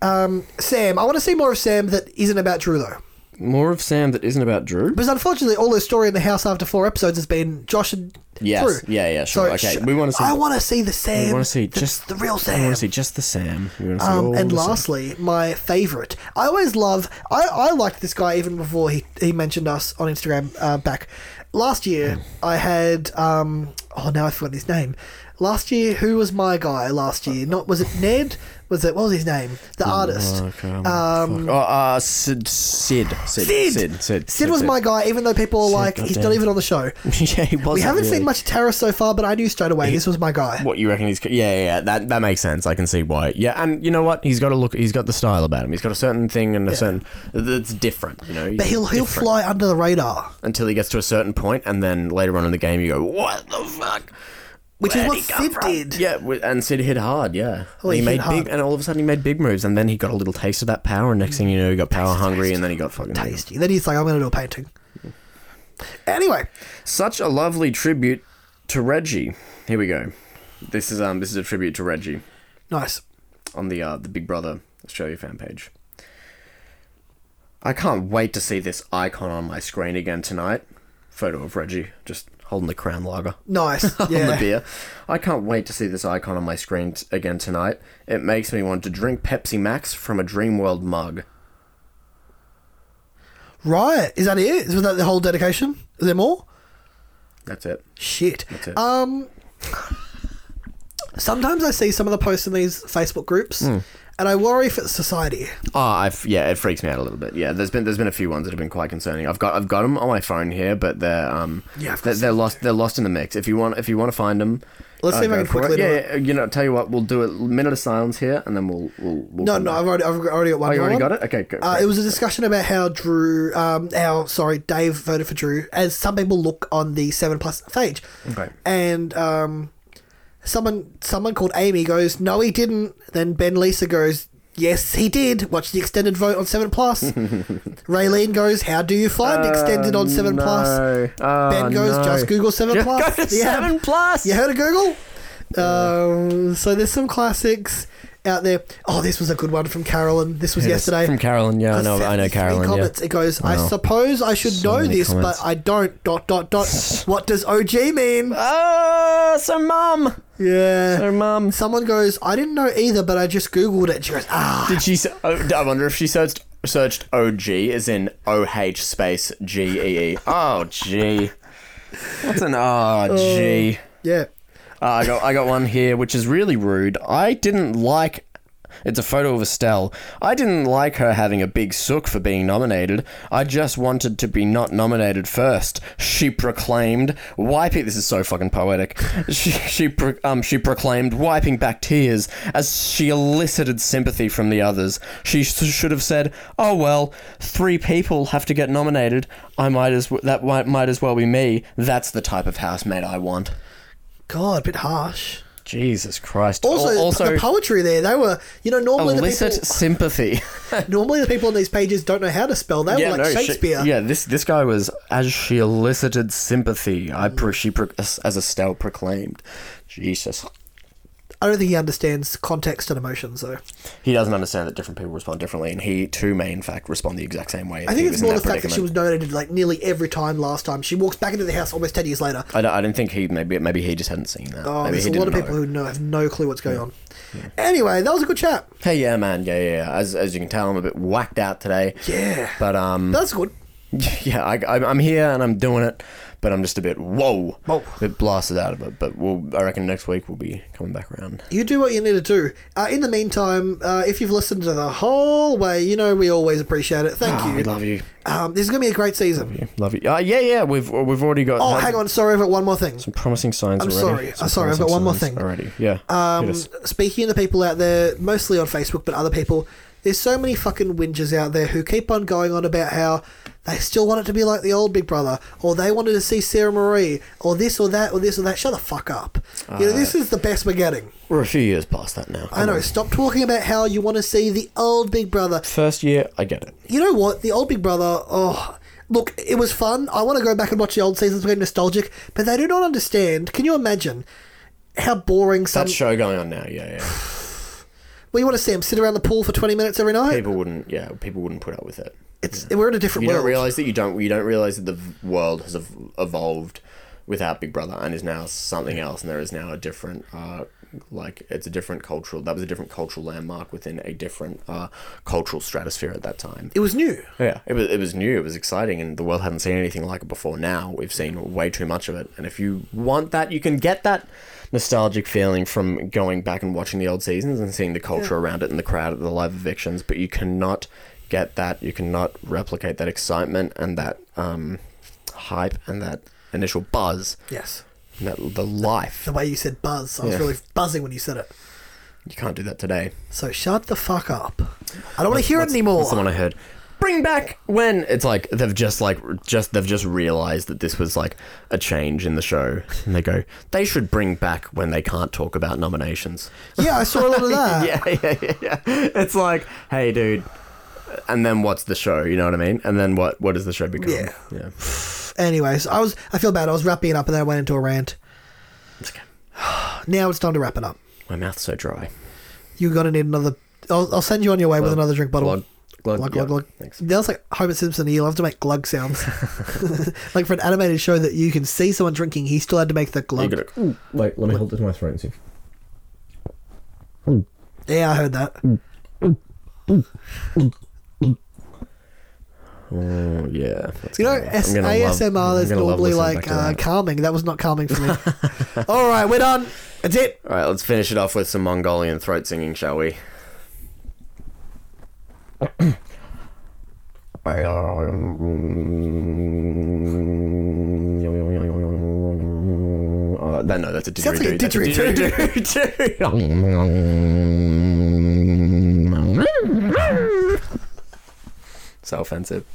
Speaker 1: Um, Sam, I want to see more of Sam that isn't about Drew though,
Speaker 2: More of Sam that isn't about Drew.
Speaker 1: because unfortunately, all her story in the house after four episodes has been Josh and
Speaker 2: Yes.
Speaker 1: Drew.
Speaker 2: Yeah. Yeah. Sure.
Speaker 1: So,
Speaker 2: okay.
Speaker 1: sh-
Speaker 2: we want to see.
Speaker 1: I want to see the Sam.
Speaker 2: we want to see
Speaker 1: the-
Speaker 2: just
Speaker 1: the real
Speaker 2: We want
Speaker 1: Sam.
Speaker 2: to see just the Sam. We wanna see
Speaker 1: Um,
Speaker 2: all
Speaker 1: and
Speaker 2: the Sam.
Speaker 1: lastly, my favourite. I always love. I, I liked this guy even before he, he mentioned us on Instagram uh, back last
Speaker 2: Hmm.
Speaker 1: year. I had um oh now I forgot his name. Last year, who was my guy? Last year, not was it Ned? Was it what was his name? The artist.
Speaker 2: Oh, okay,
Speaker 1: Um,
Speaker 2: fuck. oh, uh, Sid, Sid, Sid,
Speaker 1: Sid!
Speaker 2: Sid, Sid,
Speaker 1: Sid was my guy, even though people are like, he's not
Speaker 2: goddamn.
Speaker 1: even on the show.
Speaker 2: [laughs] yeah, he was.
Speaker 1: We haven't seen much Tara so far, but I knew straight away this was my guy.
Speaker 2: What you reckon he's? Yeah, yeah, yeah, that that makes sense. I can see why. Yeah, and you know what? He's got a look. He's got the style about him. He's got a certain thing and a certain that's different. You know,
Speaker 1: But he'll he'll fly under the radar.
Speaker 2: until he gets to a certain point, and then later on in the game, you go, "What the fuck?"
Speaker 1: Which is
Speaker 2: Where'd
Speaker 1: what
Speaker 2: he come
Speaker 1: Sid
Speaker 2: from?"
Speaker 1: did.
Speaker 2: Yeah, wi- and Sid hit hard. Yeah,
Speaker 1: Oh, he
Speaker 2: he,
Speaker 1: hit
Speaker 2: made
Speaker 1: hard.
Speaker 2: big, and all of a sudden he made big moves, and then he got a little taste of that power. And next thing you know, he got power hungry, and then he got fucking
Speaker 1: Tasty. Then he's like, I'm going to do a painting. Anyway,
Speaker 2: such a lovely tribute to Reggie. Here we go. This is um this is a tribute to Reggie
Speaker 1: nice.
Speaker 2: on the uh, the Big Brother Australia fan page. I can't wait to see this icon on my screen again tonight. Photo of Reggie just holding the Crown Lager
Speaker 1: Nice.
Speaker 2: [laughs] on the
Speaker 1: Yeah.
Speaker 2: beer. I can't wait to see this icon on my screen t- again tonight. It makes me want to drink Pepsi Max from a Dreamworld mug.
Speaker 1: right. Is that it? Is that the whole dedication? Is there more?
Speaker 2: That's it.
Speaker 1: Shit.
Speaker 2: That's it.
Speaker 1: Um. Sometimes I see some of the posts in these Facebook groups,
Speaker 2: Hmm.
Speaker 1: and I worry if it's society.
Speaker 2: Oh, I've, yeah, it freaks me out a little bit. Yeah, there's been there's been a few ones that have been quite concerning. I've got I've got them on my phone here, but they're um
Speaker 1: Yeah, I've got
Speaker 2: they're, they're lost they're lost in the mix. If you want if you want to find uh, them,
Speaker 1: Let's see if I can quickly do
Speaker 2: Yeah,
Speaker 1: it.
Speaker 2: yeah, you know, tell you what, we'll do a minute of silence here, and then we'll we'll. we'll
Speaker 1: No,
Speaker 2: come
Speaker 1: no,
Speaker 2: back.
Speaker 1: I've already, I've already got one.
Speaker 2: Oh, you
Speaker 1: more
Speaker 2: already
Speaker 1: one.
Speaker 2: got it. Okay, go.
Speaker 1: Uh,
Speaker 2: great.
Speaker 1: it was a discussion about how Drew, um, how sorry, Dave voted for Drew, as some people look on the seven plus page.
Speaker 2: Okay.
Speaker 1: And um, someone, someone called Amy goes, "No, he didn't." Then Ben Lisa goes, "Yes, he did." Watch the extended vote on seven
Speaker 2: [laughs]
Speaker 1: plus. Raylene goes, "How do you find extended on seven plus?"
Speaker 2: Uh, No. Oh,
Speaker 1: Ben goes,
Speaker 2: no.
Speaker 1: "Just Google seven
Speaker 2: Just
Speaker 1: plus."
Speaker 2: go to
Speaker 1: Yeah.
Speaker 2: [laughs] seven plus.
Speaker 1: You heard of Google? Um, so there's some classics out there. Oh, this was a good one from Carolyn. This was yesterday.
Speaker 2: from Carolyn. Yeah, I know. I know
Speaker 1: 73
Speaker 2: Carolyn. Yeah.
Speaker 1: Comments. It goes, I
Speaker 2: Wow.
Speaker 1: suppose I should
Speaker 2: So
Speaker 1: know
Speaker 2: many
Speaker 1: this,
Speaker 2: comments.
Speaker 1: but I don't. Dot, dot, dot.
Speaker 2: [laughs]
Speaker 1: what does OG mean?
Speaker 2: Oh, so mum.
Speaker 1: Yeah.
Speaker 2: So mum.
Speaker 1: Someone goes, I didn't know either, but I just Googled it. She goes, ah.
Speaker 2: Did she? se- Oh, I wonder if she searched searched OG as in O H space G E E. Oh, G. What's an R G?
Speaker 1: Yeah.
Speaker 2: Uh, I got I got one here, which is really rude. I didn't like. It's a photo of Estelle. I didn't like her having a big sook for being nominated. I just wanted to be not nominated first. She proclaimed, "Wiping." This is so fucking poetic. [laughs] She she pro- um she proclaimed, wiping back tears as she elicited sympathy from the others. She sh- should have said, "Oh well, three people have to get nominated. I might as w- that might, might as well be me. That's the type of housemate I want."
Speaker 1: God, a bit harsh.
Speaker 2: Jesus Christ.
Speaker 1: Also,
Speaker 2: Al- also
Speaker 1: the poetry there, they were, you know, normally the,
Speaker 2: elicit
Speaker 1: people, [laughs]
Speaker 2: sympathy. [laughs]
Speaker 1: normally the people on these pages don't know how to spell. They were like
Speaker 2: she-
Speaker 1: Shakespeare.
Speaker 2: yeah, this this guy was as she elicited sympathy. I pro, she pro, as as Estelle proclaimed. Jesus.
Speaker 1: I don't think he understands context and emotions, though.
Speaker 2: He doesn't understand that different people respond differently, and he too may in fact respond the exact same way. if
Speaker 1: I
Speaker 2: he
Speaker 1: think it's
Speaker 2: was in
Speaker 1: more the fact that
Speaker 2: predicament.
Speaker 1: she was noted like nearly every time last time. She walks back into the house almost 10 years later.
Speaker 2: I don't, I don't think he maybe maybe he just hadn't seen that.
Speaker 1: Oh,
Speaker 2: maybe
Speaker 1: there's
Speaker 2: he
Speaker 1: a lot of
Speaker 2: didn't
Speaker 1: people
Speaker 2: know.
Speaker 1: who know, have no clue what's going on. Anyway, that was a good chat.
Speaker 2: Hey, yeah, man, yeah, yeah. yeah. As as you can tell, I'm a bit whacked out today.
Speaker 1: Yeah.
Speaker 2: But um,
Speaker 1: That's good.
Speaker 2: [laughs] yeah, I, I'm I'm here and I'm doing it, but I'm just a bit whoa,
Speaker 1: Whoa.
Speaker 2: a bit blasted out of it. But we'll, I reckon next week we'll be coming back around.
Speaker 1: You do what you need to do. Uh, in the meantime, uh, if you've listened to the whole way, you know we always appreciate it. Thank
Speaker 2: Ah,
Speaker 1: you.
Speaker 2: we love you,
Speaker 1: Um, this is going to be a great season.
Speaker 2: Yeah, love you. Uh, yeah, yeah, we've we've already got.
Speaker 1: Oh,
Speaker 2: had
Speaker 1: hang on. Sorry, I've got one more thing.
Speaker 2: Some promising signs
Speaker 1: I'm
Speaker 2: already.
Speaker 1: sorry.
Speaker 2: Some
Speaker 1: I'm sorry, I've got
Speaker 2: promising
Speaker 1: one more
Speaker 2: signs
Speaker 1: thing.
Speaker 2: already. Yeah.
Speaker 1: Um,
Speaker 2: Hit us.
Speaker 1: speaking to people out there, mostly on Facebook, but other people, there's so many fucking whingers out there who keep on going on about how they still want it to be like the old Big Brother, or they wanted to see Sarah Marie, or this or that, or this or that. Shut the fuck up. you know,
Speaker 2: Uh,
Speaker 1: this is the best we're getting.
Speaker 2: We're a few years past that now.
Speaker 1: I know. Stop talking about how you want to see the old Big Brother.
Speaker 2: First year, I get it.
Speaker 1: You know what? The old Big Brother, oh. Look, it was fun. I want to go back and watch the old seasons, we're nostalgic, but they do not understand. Can you imagine how boring some
Speaker 2: That show going on now, yeah, yeah.
Speaker 1: Well, you want to see them sit around the pool for 20 minutes every night?
Speaker 2: People wouldn't, yeah, people wouldn't put up with it.
Speaker 1: It's we're in a different
Speaker 2: You
Speaker 1: world.
Speaker 2: don't realize that you don't. You don't realize that the v- world has ev- evolved without Big Brother and is now something else, and there is now a different, uh, like it's a different cultural. That was a different cultural landmark within a different uh, cultural stratosphere at that time.
Speaker 1: it was new.
Speaker 2: Yeah, it was, it was new, it was exciting, and the world hadn't seen anything like it before now. We've seen way too much of it. And if you want that, you can get that nostalgic feeling from going back and watching the old seasons and seeing the culture around it and the crowd at the live evictions, but you cannot get that. You cannot replicate that excitement and that um, hype and that initial buzz,
Speaker 1: Yes.
Speaker 2: and that, the life.
Speaker 1: The way you said buzz, I was
Speaker 2: Yeah.
Speaker 1: really buzzing when you said it.
Speaker 2: You can't do that today.
Speaker 1: So shut the fuck up. I don't want to hear it
Speaker 2: What's-
Speaker 1: anymore.
Speaker 2: What's the one I heard? Bring back when it's like they've just like just they've just realized that this was like a change in the show, and they go they should bring back when they can't talk about nominations.
Speaker 1: yeah, I saw a lot
Speaker 2: [laughs]
Speaker 1: of that.
Speaker 2: yeah, yeah, yeah, yeah. It's like, hey, dude. And then what's the show? You know what I mean? And then what? What does the show become?
Speaker 1: Yeah.
Speaker 2: yeah.
Speaker 1: Anyways, I was I feel bad. I was wrapping it up and then I went into a rant.
Speaker 2: It's okay.
Speaker 1: Now it's time to wrap it up.
Speaker 2: My mouth's so dry.
Speaker 1: You're gonna need another. I'll, I'll send you on your way with
Speaker 2: Glug,
Speaker 1: another drink bottle.
Speaker 2: glug, glug,
Speaker 1: glug,
Speaker 2: yeah,
Speaker 1: glug, glug.
Speaker 2: thanks.
Speaker 1: That's like Homer Simpson. He'll have to make glug
Speaker 2: [laughs]
Speaker 1: sounds. [laughs] like for an animated show that you can see someone drinking, he still had to make the glug.
Speaker 2: You gotta-
Speaker 3: Wait, let me hold it to my throat and see.
Speaker 1: Yeah, I heard that.
Speaker 2: Mm. oh yeah. That's
Speaker 1: You know,
Speaker 2: gonna- I'm
Speaker 1: S-
Speaker 2: gonna love-
Speaker 1: ASMR is
Speaker 2: I'm gonna love
Speaker 1: normally
Speaker 2: listening back
Speaker 1: like
Speaker 2: to
Speaker 1: uh,
Speaker 2: that.
Speaker 1: calming. That was not calming for me.
Speaker 2: [laughs]
Speaker 1: All right, we're done. That's it.
Speaker 2: All right, let's finish it off with some Mongolian throat singing, shall we? Uh, that, no, that's a
Speaker 1: Sounds like a
Speaker 2: didgeridoo. That's a [laughs]
Speaker 1: [laughs]
Speaker 2: didgeridoo. [laughs] so offensive.